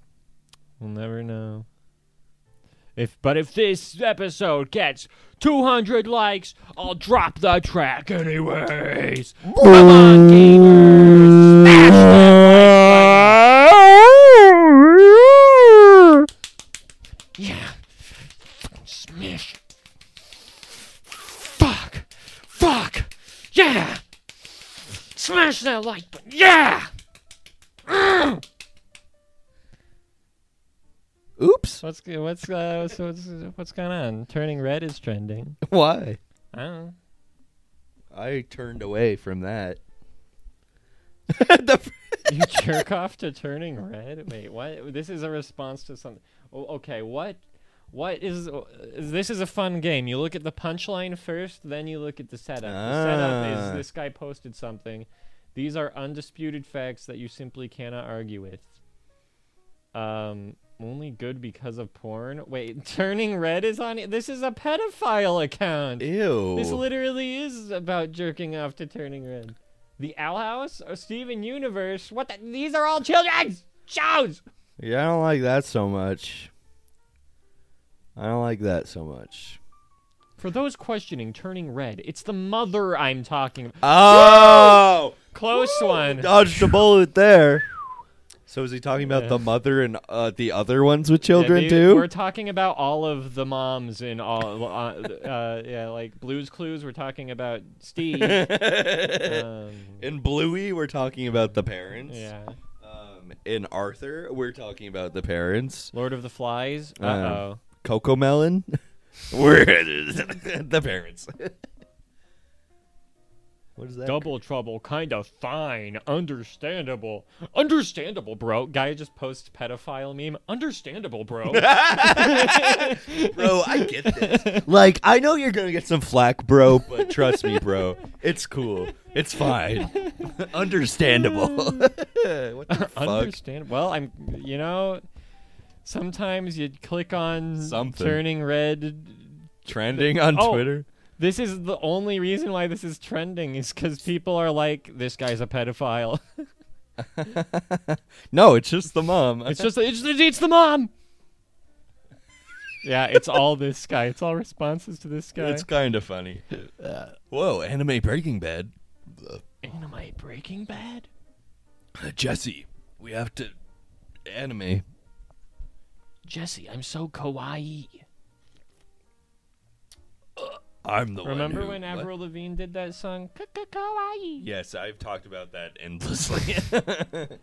Speaker 1: We'll never know. If but if this episode gets 200 likes, I'll drop the track anyways. Come on, gamers! Smash that like button. Yeah. Fucking Smash. Fuck. Fuck. Yeah. Smash that like button. Yeah.
Speaker 2: Oops.
Speaker 1: What's what's uh, what's, what's what's going on? Turning red is trending.
Speaker 2: Why?
Speaker 1: I don't know.
Speaker 2: I turned away from that. The fr-
Speaker 1: You jerk off to turning red? Wait, what? This is a response to something. Oh, okay, what? What is uh, this? Is a fun game. You look at the punchline first, then you look at the setup. The setup
Speaker 2: Ah.
Speaker 1: is this guy posted something. These are undisputed facts that you simply cannot argue with. Um, only good because of porn. Wait, turning red is on. This is a pedophile account.
Speaker 2: Ew.
Speaker 1: This literally is about jerking off to turning red. The Owl House or Steven Universe? What? The, these are all children's shows.
Speaker 2: yeah, I don't like that so much. I don't like that so much.
Speaker 1: For those questioning, turning red. It's the mother I'm talking. about.
Speaker 2: Oh,
Speaker 1: Close one.
Speaker 2: dodged a bullet there. So is he talking about
Speaker 1: Yeah.
Speaker 2: the mother and uh, the other ones with
Speaker 1: Yeah,
Speaker 2: children
Speaker 1: dude,
Speaker 2: too?
Speaker 1: We're talking about all of the moms in all, uh, uh, yeah, like Blue's Clues. We're talking about Steve. um,
Speaker 2: In Bluey, we're talking about the parents.
Speaker 1: yeah,
Speaker 2: Um, in Arthur, we're talking about the parents.
Speaker 1: Lord of the Flies. Uh
Speaker 2: Uh,
Speaker 1: oh.
Speaker 2: Coco Melon, we're the parents. what is that?
Speaker 1: Double trouble, kind of fine, understandable, understandable, bro. Guy just posts pedophile meme, understandable, bro.
Speaker 2: bro, I get this. Like, I know you're gonna get some flack, bro, but trust me, bro, it's cool. It's fine. Understandable. what the fuck?
Speaker 1: Understand? Well, I'm, you know, sometimes you click on
Speaker 2: Something.
Speaker 1: turning red.
Speaker 2: Trending on
Speaker 1: Oh.
Speaker 2: Twitter.
Speaker 1: This is the only reason why this is trending is because people are like, this guy's a pedophile.
Speaker 2: no, it's just the mom.
Speaker 1: It's just it's, it's the mom. yeah, it's all this guy. It's all responses to this guy. Uh.
Speaker 2: It's kind of funny. Whoa, anime Breaking Bad. Uh,
Speaker 1: Anime Breaking Bad.
Speaker 2: Jesse, we have to anime.
Speaker 7: Jesse, I'm so kawaii.
Speaker 2: I'm the
Speaker 1: Remember
Speaker 2: one. who-
Speaker 1: when
Speaker 2: what?
Speaker 1: Avril Lavigne did that song? Kawaii.
Speaker 2: Yes, I've talked about that endlessly. that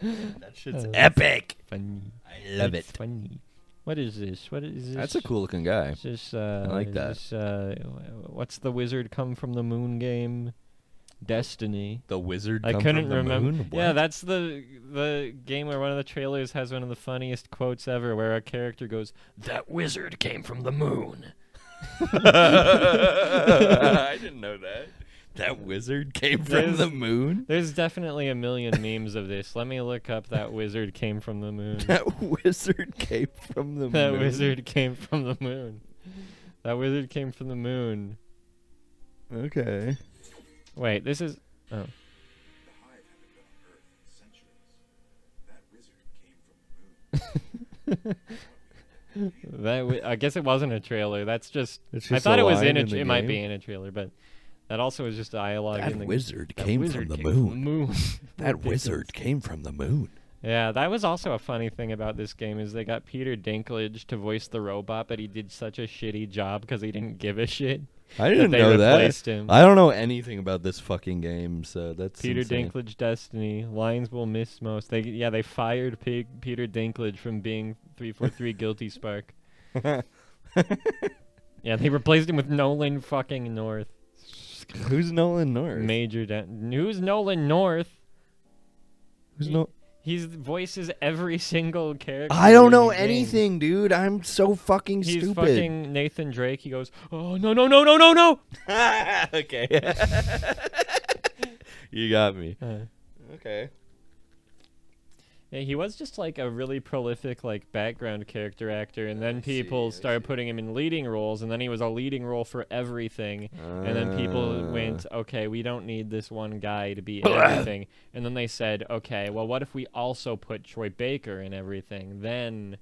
Speaker 1: Uh.
Speaker 2: shit's epic.
Speaker 1: Funny.
Speaker 2: I love it.
Speaker 1: Funny. What is this? What is this?
Speaker 2: That's a cool looking guy.
Speaker 1: Is this, uh,
Speaker 2: like
Speaker 1: is
Speaker 2: that.
Speaker 1: this, uh, wh- what's the wizard come from the moon game? Destiny.
Speaker 2: The wizard.
Speaker 1: I
Speaker 2: come
Speaker 1: couldn't
Speaker 2: from the
Speaker 1: remember.
Speaker 2: moon?
Speaker 1: Yeah,
Speaker 2: What?
Speaker 1: that's the the game where one of the trailers has one of the funniest quotes ever, where a character goes,
Speaker 7: That wizard came from the moon.
Speaker 2: I didn't know that. That wizard came from
Speaker 1: There's-
Speaker 2: the moon.
Speaker 1: "There's definitely a million memes of this. Let me look up that wizard came from the moon.
Speaker 2: That wizard came from the
Speaker 1: that
Speaker 2: moon.
Speaker 1: wizard came from the moon. That wizard came from the moon.
Speaker 2: Okay.
Speaker 1: Wait, this is oh, that wi- I guess it wasn't a trailer. That's just,
Speaker 2: It's
Speaker 1: I
Speaker 2: just
Speaker 1: thought
Speaker 2: a
Speaker 1: it was
Speaker 2: line
Speaker 1: in a
Speaker 2: in
Speaker 1: tra-
Speaker 2: the
Speaker 1: it might
Speaker 2: game.
Speaker 1: be in a trailer, but that also was just dialogue
Speaker 2: That
Speaker 1: in the
Speaker 2: wizard
Speaker 1: That
Speaker 2: came
Speaker 1: wizard
Speaker 2: from the
Speaker 1: came
Speaker 2: moon.
Speaker 1: moon.
Speaker 2: That
Speaker 1: Ridiculous.
Speaker 2: wizard came from the moon.
Speaker 1: Yeah, that was also a funny thing about this game is they got Peter Dinklage to voice the robot, but he did such a shitty job because he didn't give a shit.
Speaker 2: I didn't
Speaker 1: they
Speaker 2: know that.
Speaker 1: replaced him.
Speaker 2: I don't know anything about this fucking game, so that's
Speaker 1: Peter
Speaker 2: insane.
Speaker 1: Dinklage, Destiny, Lions will miss most. They yeah, they fired Pig, Peter Dinklage from being 343 Guilty Spark. yeah, they replaced him with Nolan fucking North.
Speaker 2: Who's Nolan North?
Speaker 1: Major Dan- who's Nolan North?
Speaker 2: Who's
Speaker 1: he-
Speaker 2: no-
Speaker 1: He voices every single character.
Speaker 2: I don't
Speaker 1: in
Speaker 2: know
Speaker 1: the game.
Speaker 2: anything, dude. I'm so fucking
Speaker 1: He's
Speaker 2: stupid.
Speaker 1: fucking Nathan Drake. He goes, "Oh no no no no no no!"
Speaker 2: okay. you got me.
Speaker 1: Uh,
Speaker 2: Okay.
Speaker 1: yeah, he was just like a really prolific like background character actor, and then people started putting him in leading roles, and then he was a leading role for everything, and then people
Speaker 2: Uh,
Speaker 1: went, "Okay, we don't need this one guy to be in everything," and then they said, "Okay, well, what if we also put Troy Baker in everything? Then,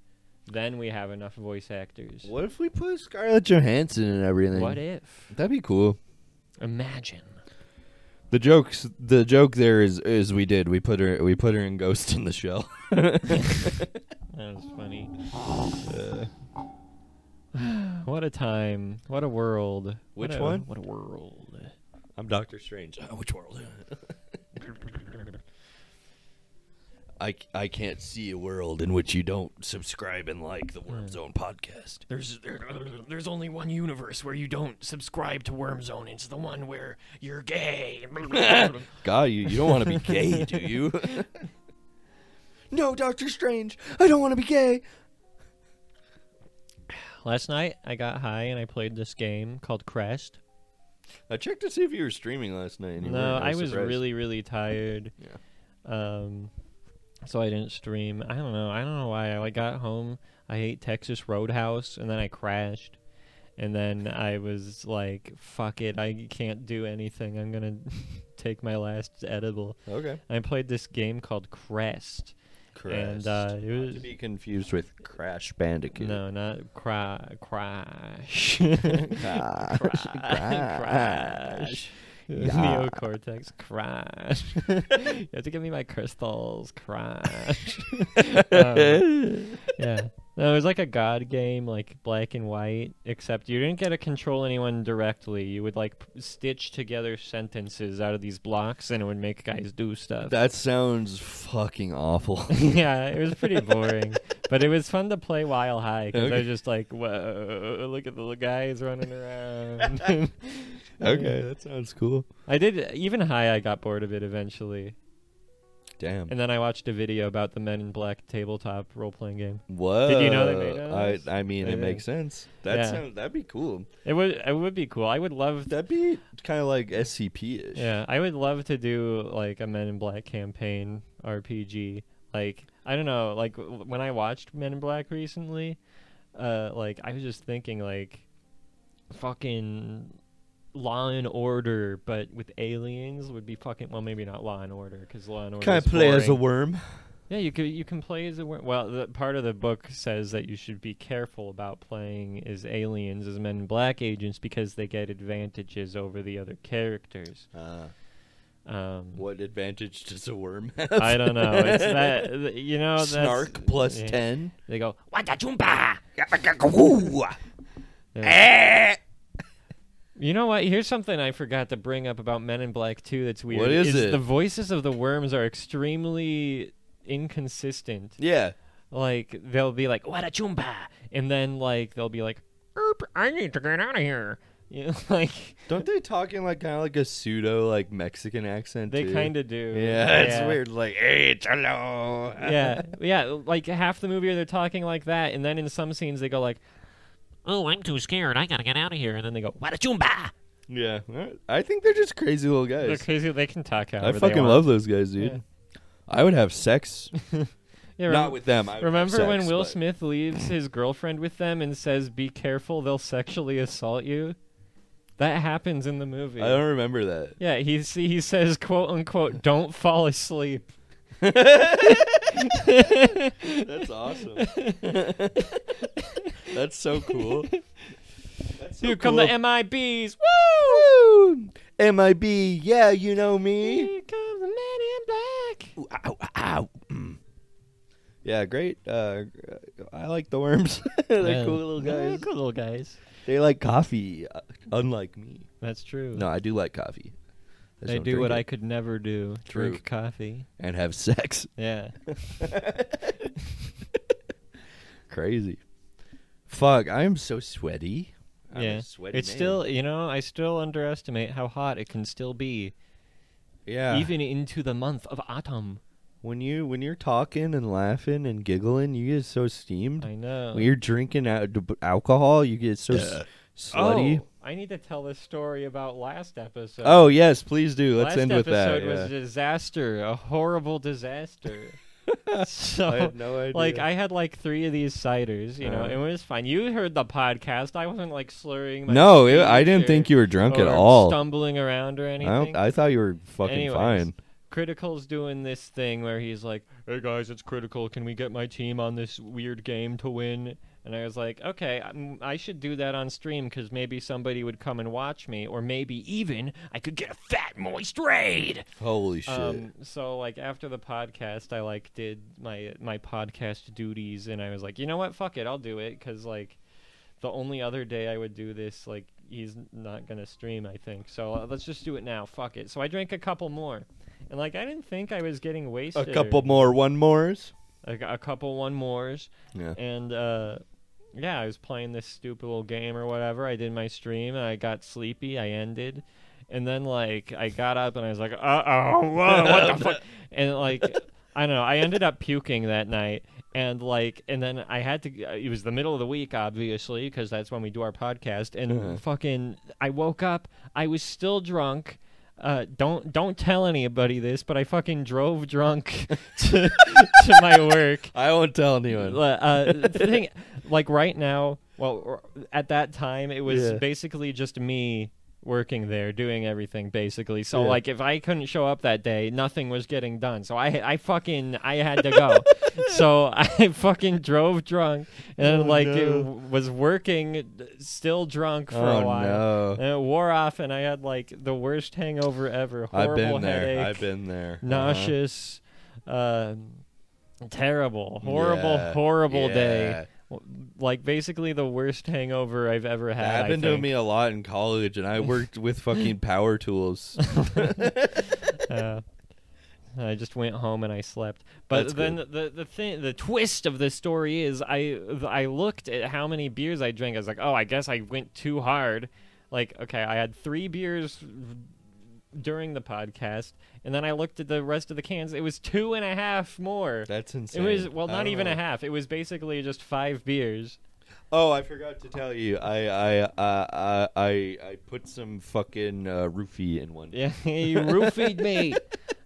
Speaker 1: then we have enough voice actors."
Speaker 2: What if we put Scarlett Johansson and everything?
Speaker 1: What if?
Speaker 2: That'd be cool.
Speaker 7: Imagine.
Speaker 2: The jokes, the joke there is, is we did. We put her, we put her in Ghost in the Shell.
Speaker 1: That was funny. what a time. What a world. What
Speaker 2: Which
Speaker 1: a-
Speaker 2: one?
Speaker 1: What a world.
Speaker 2: I'm Doctor Strange. Uh, which world? I, c- I can't see a world in which you don't subscribe and like the Worm Zone podcast.
Speaker 7: There's there, there's only one universe where you don't subscribe to Worm Zone. It's the one where you're gay.
Speaker 2: God, you, you don't want to be gay, do you? no, Doctor Strange, I don't want to be gay.
Speaker 1: Last night, I got high and I played this game called Crest.
Speaker 2: I checked to see if you were streaming last night. And you
Speaker 1: No,
Speaker 2: weren't.
Speaker 1: I was
Speaker 2: surprised.
Speaker 1: really, really tired.
Speaker 2: Yeah.
Speaker 1: Um, so I didn't stream. I don't know. I don't know why. I got home. I ate Texas Roadhouse, and then I crashed. And then I was like, "Fuck it! I can't do anything. I'm gonna take my last edible."
Speaker 2: Okay.
Speaker 1: I played this game called Crest. And
Speaker 2: Crest.
Speaker 1: uh, it
Speaker 2: Not
Speaker 1: was
Speaker 2: to be confused with Crash Bandicoot.
Speaker 1: no, not cry, crash,
Speaker 2: Crash,
Speaker 1: crash,
Speaker 2: crash.
Speaker 1: neocortex, crash. you have to give me my crystals, crash. Um, yeah, no, it was like a god game, like black and white, except you didn't get to control anyone directly. You would like p- stitch together sentences out of these blocks, and it would make guys do stuff.
Speaker 2: That sounds fucking awful.
Speaker 1: yeah, it was pretty boring, but it was fun to play While High because I
Speaker 2: Okay.
Speaker 1: was just like, "Whoa, look at the little guys running around."
Speaker 2: okay, that sounds cool.
Speaker 1: I did even High. I got bored of it eventually,
Speaker 2: Damn.
Speaker 1: and then I watched a video about the Men in Black tabletop role playing game.
Speaker 2: Whoa.
Speaker 1: you know they made those?
Speaker 2: I I mean,
Speaker 1: Yeah.
Speaker 2: it makes sense. That
Speaker 1: Yeah.
Speaker 2: sounds that'd be cool.
Speaker 1: It would it would be cool. I would love.
Speaker 2: That'd be kind of like SCP ish.
Speaker 1: yeah, I would love to do like a Men in Black campaign RPG. Like I don't know. Like w- when I watched Men in Black recently, uh, like I was just thinking like, fucking Law and Order, but with aliens would be fucking well, maybe not Law and Order because Law and Order.
Speaker 2: Kind
Speaker 1: is
Speaker 2: of play as a
Speaker 1: boring.
Speaker 2: worm.
Speaker 1: Yeah, you can you can play as a wor- well. The part of the book says that you should be careful about playing as aliens, as Men in Black agents, because they get advantages over the other characters.
Speaker 2: Uh,
Speaker 1: Um,
Speaker 2: what advantage does a worm have?
Speaker 1: I don't know. It's that th- you know that's,
Speaker 2: Snark plus
Speaker 1: yeah.
Speaker 2: ten.
Speaker 1: They go
Speaker 7: Wada
Speaker 1: Yeah. You know what? Here's something I forgot to bring up about Men in Black 2 that's weird.
Speaker 2: What is it?
Speaker 1: The voices of the worms are extremely inconsistent.
Speaker 2: Yeah.
Speaker 1: Like, they'll be like, what a chumba! And then, like, they'll be like, "Erp, I need to get out of here. You know, like,
Speaker 2: Don't they talk in like kind of like a pseudo like Mexican accent?
Speaker 1: they kind of do.
Speaker 2: Yeah, it's weird. Like, eh. hey, it's hello.
Speaker 1: yeah, yeah. Like half the movie, they're talking like that, and then in some scenes, they go like, "Oh, I'm too scared. I gotta get out of here." And then they go, "What a chumba!"
Speaker 2: yeah. Alright. I think they're just crazy little
Speaker 1: They're
Speaker 2: guys.
Speaker 1: crazy. They can talk out.
Speaker 2: I fucking love those guys, dude.
Speaker 1: Yeah.
Speaker 2: I would have sex,
Speaker 1: Yeah,
Speaker 2: not with them. I would have
Speaker 1: remember when
Speaker 2: sex,
Speaker 1: Will
Speaker 2: but-
Speaker 1: Smith leaves his girlfriend with them and says, "Be careful, they'll sexually assault you." That happens in the movie.
Speaker 2: I don't remember that.
Speaker 1: Yeah, he see he says, "quote unquote," don't fall asleep.
Speaker 2: That's awesome. That's so cool. That's so
Speaker 1: Here come
Speaker 2: cool.
Speaker 1: the MIBs.
Speaker 2: Woo! MIB, yeah, you know me.
Speaker 1: Here comes the man in black.
Speaker 2: Mm. Yeah, great. Uh, I like the worms. They're cool little
Speaker 1: Yeah,
Speaker 2: guys.
Speaker 1: cool little guys.
Speaker 2: They like coffee, uh, unlike me.
Speaker 1: That's true.
Speaker 2: No, I do like coffee. I just
Speaker 1: They
Speaker 2: don't
Speaker 1: do
Speaker 2: drink
Speaker 1: what
Speaker 2: it.
Speaker 1: I could never do.
Speaker 2: True.
Speaker 1: Drink coffee.
Speaker 2: and have sex.
Speaker 1: Yeah.
Speaker 2: Crazy. Fuck, I am so sweaty. I'm
Speaker 1: yeah.
Speaker 2: a sweaty
Speaker 1: it's
Speaker 2: man.
Speaker 1: still, you know, I still underestimate how hot it can still be
Speaker 2: yeah.
Speaker 1: even into the month of autumn.
Speaker 2: when you when you're talking and laughing and giggling, you get so steamed.
Speaker 1: I know.
Speaker 2: When you're drinking al- d- alcohol, you get so s- slutty.
Speaker 1: Oh, I need to tell this story about last episode.
Speaker 2: Oh. yes, please do. Let's
Speaker 1: last
Speaker 2: end with that.
Speaker 1: episode was
Speaker 2: yeah.
Speaker 1: a disaster, a horrible disaster. so
Speaker 2: I had no idea.
Speaker 1: Like I had like three of these ciders, you know,
Speaker 2: Uh-huh.
Speaker 1: and it was fine. You heard the podcast. I wasn't like slurring. My
Speaker 2: no, it, I
Speaker 1: speech
Speaker 2: didn't
Speaker 1: or-
Speaker 2: think you were drunk at
Speaker 1: or
Speaker 2: all.
Speaker 1: Stumbling around or
Speaker 2: I
Speaker 1: anything.
Speaker 2: don't. I thought you were fucking
Speaker 1: Anyways,
Speaker 2: fine.
Speaker 1: Critical's doing this thing where he's like, "Hey guys, it's Critical. Can we get my team on this weird game to win?" And I was like, "Okay, I'm, I should do that on stream because maybe somebody would come and watch me, or maybe even I could get a fat moist raid."
Speaker 2: Holy shit!
Speaker 1: Um, so like after the podcast, I like did my my podcast duties, and I was like, you know what, fuck it, I'll do it because like the only other day I would do this, like he's not gonna stream, I think. So uh, let's just do it now. Fuck it. So I drank a couple more, and like I didn't think I was getting
Speaker 2: a
Speaker 1: wasted. or-
Speaker 2: couple more, one mores.
Speaker 1: a, a couple one mores,
Speaker 2: Yeah.
Speaker 1: and uh, yeah, I was playing this stupid little game or whatever. I did my stream, and I got sleepy. I ended, and then like I got up and I was like, uh oh, whoa, what the fuck? And like I don't know, I ended up puking that night, and like and then I had to. It was the middle of the week, obviously, because that's when we do our podcast. And fucking, I woke up, I was still drunk. uh, don't don't tell anybody this, but I fucking drove drunk to to my work.
Speaker 2: I won't tell anyone.
Speaker 1: Le- Uh, the thing, like right now, well, or- at that time, it was
Speaker 2: Yeah.
Speaker 1: basically just me working there, doing everything basically. So
Speaker 2: Yeah.
Speaker 1: like, if I couldn't show up that day, nothing was getting done. So I I fucking I had to go. so I fucking drove drunk and
Speaker 2: Oh,
Speaker 1: like it
Speaker 2: no.
Speaker 1: w- was working still drunk for
Speaker 2: oh
Speaker 1: a while.
Speaker 2: no,
Speaker 1: And it wore off, and I had like the worst hangover ever. Horrible
Speaker 2: I've been there.
Speaker 1: headache,
Speaker 2: I've been there. Uh-huh.
Speaker 1: nauseous, uh, terrible, horrible,
Speaker 2: Uh-huh. Yeah.
Speaker 1: horrible
Speaker 2: Yeah.
Speaker 1: day. W- Like basically the worst hangover I've ever had.
Speaker 2: That
Speaker 1: I
Speaker 2: happened to
Speaker 1: think.
Speaker 2: me a lot in college, and I worked with fucking power tools.
Speaker 1: Uh, I just went home and I slept. But
Speaker 2: That's
Speaker 1: then the the thing, the twist of the story is, I th- I looked at how many beers I drank. I was like, oh, I guess I went too hard. Like, okay, I had three beers during the podcast, and then I looked at the rest of the cans. It was two and a half more.
Speaker 2: That's
Speaker 1: it
Speaker 2: insane.
Speaker 1: was well,
Speaker 2: I
Speaker 1: not
Speaker 2: don't
Speaker 1: even
Speaker 2: know.
Speaker 1: a half. It was basically just five beers.
Speaker 2: Oh, I forgot to tell you. I I uh, I I, I put some fucking uh, roofie in one.
Speaker 1: Yeah, you roofied me.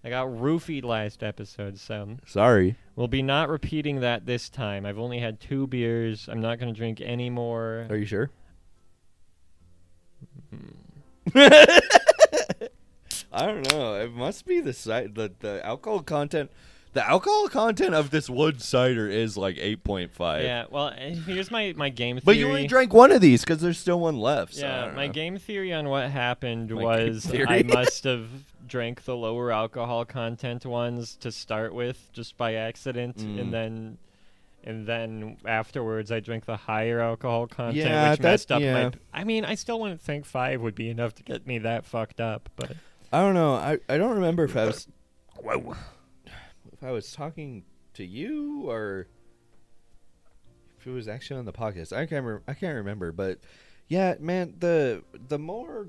Speaker 1: I got roofied last episode, so
Speaker 2: Sorry.
Speaker 1: We'll be not repeating that this time. I've only had two beers. I'm not going to drink any more.
Speaker 2: Are you sure? Hmm. I don't know. It must be the side the the alcohol content. The alcohol content of this wood cider is like eight point five.
Speaker 1: Yeah, well, eh, here's my, my game theory.
Speaker 2: But you only drank one of these because there's still one left. so I
Speaker 1: Yeah,
Speaker 2: don't
Speaker 1: my
Speaker 2: know.
Speaker 1: game theory on what happened
Speaker 2: My game
Speaker 1: was I
Speaker 2: theory.
Speaker 1: must have drank the lower alcohol content ones to start with just by accident
Speaker 2: Mm.
Speaker 1: and then and then afterwards I drank the higher alcohol content
Speaker 2: Yeah,
Speaker 1: which
Speaker 2: that-
Speaker 1: messed up my
Speaker 2: yeah.
Speaker 1: p- I mean, I still wouldn't think 5 would be enough to get me that fucked up, but
Speaker 2: I don't know. I, I don't remember if I was if I was talking to you or if it was actually on the podcast. I can't remember. I can't remember. But yeah, man, the the more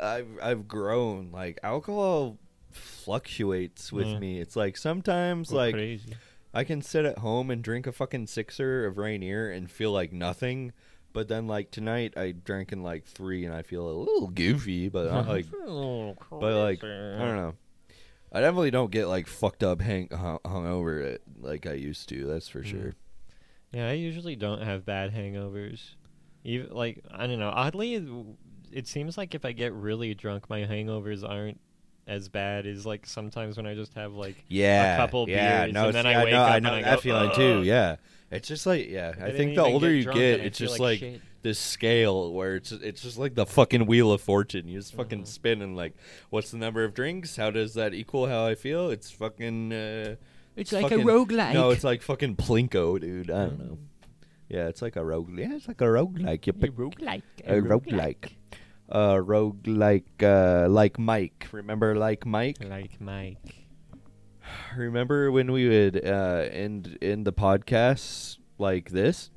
Speaker 2: I've I've grown, like alcohol fluctuates with
Speaker 1: Yeah.
Speaker 2: me. It's like sometimes like
Speaker 1: crazy.
Speaker 2: I can sit at home and drink a fucking sixer of Rainier and feel like nothing. But then, like tonight, I drank in like three, and I feel a little goofy. But I'm uh, like, but like, I don't know. I definitely don't get like fucked up hang hung hungover it like I used to. That's
Speaker 1: Mm.
Speaker 2: for sure.
Speaker 1: Yeah, I usually don't have bad hangovers. Even like I don't know. Oddly, it- it seems like if I get really drunk, my hangovers aren't as bad as like sometimes when I just have like
Speaker 2: Yeah,
Speaker 1: a couple
Speaker 2: yeah,
Speaker 1: beers
Speaker 2: no,
Speaker 1: and then
Speaker 2: see,
Speaker 1: I wake
Speaker 2: know,
Speaker 1: up
Speaker 2: I
Speaker 1: and
Speaker 2: know
Speaker 1: I go,
Speaker 2: that feeling too.
Speaker 1: "Ugh."
Speaker 2: Yeah, it's just like yeah. I,
Speaker 1: didn't
Speaker 2: think the
Speaker 1: even
Speaker 2: older
Speaker 1: get
Speaker 2: you
Speaker 1: drunk
Speaker 2: get,
Speaker 1: and I
Speaker 2: it's
Speaker 1: feel
Speaker 2: just
Speaker 1: like
Speaker 2: like,
Speaker 1: shit.
Speaker 2: this scale where it's it's just like the fucking wheel of fortune. You just
Speaker 1: Mm-hmm.
Speaker 2: fucking spin and like, what's the number of drinks? How does that equal how I feel? It's fucking. Uh, it's like a roguelike. No, it's like fucking plinko, dude. I don't know.
Speaker 1: Mm.
Speaker 2: Yeah, it's like a rogue. Yeah, it's like a roguelike. You pick
Speaker 7: roguelike.
Speaker 2: a roguelike. Uh, rogue like uh, like Mike. Remember like Mike?
Speaker 1: Like Mike.
Speaker 2: Remember when we would uh, end end the podcast like this?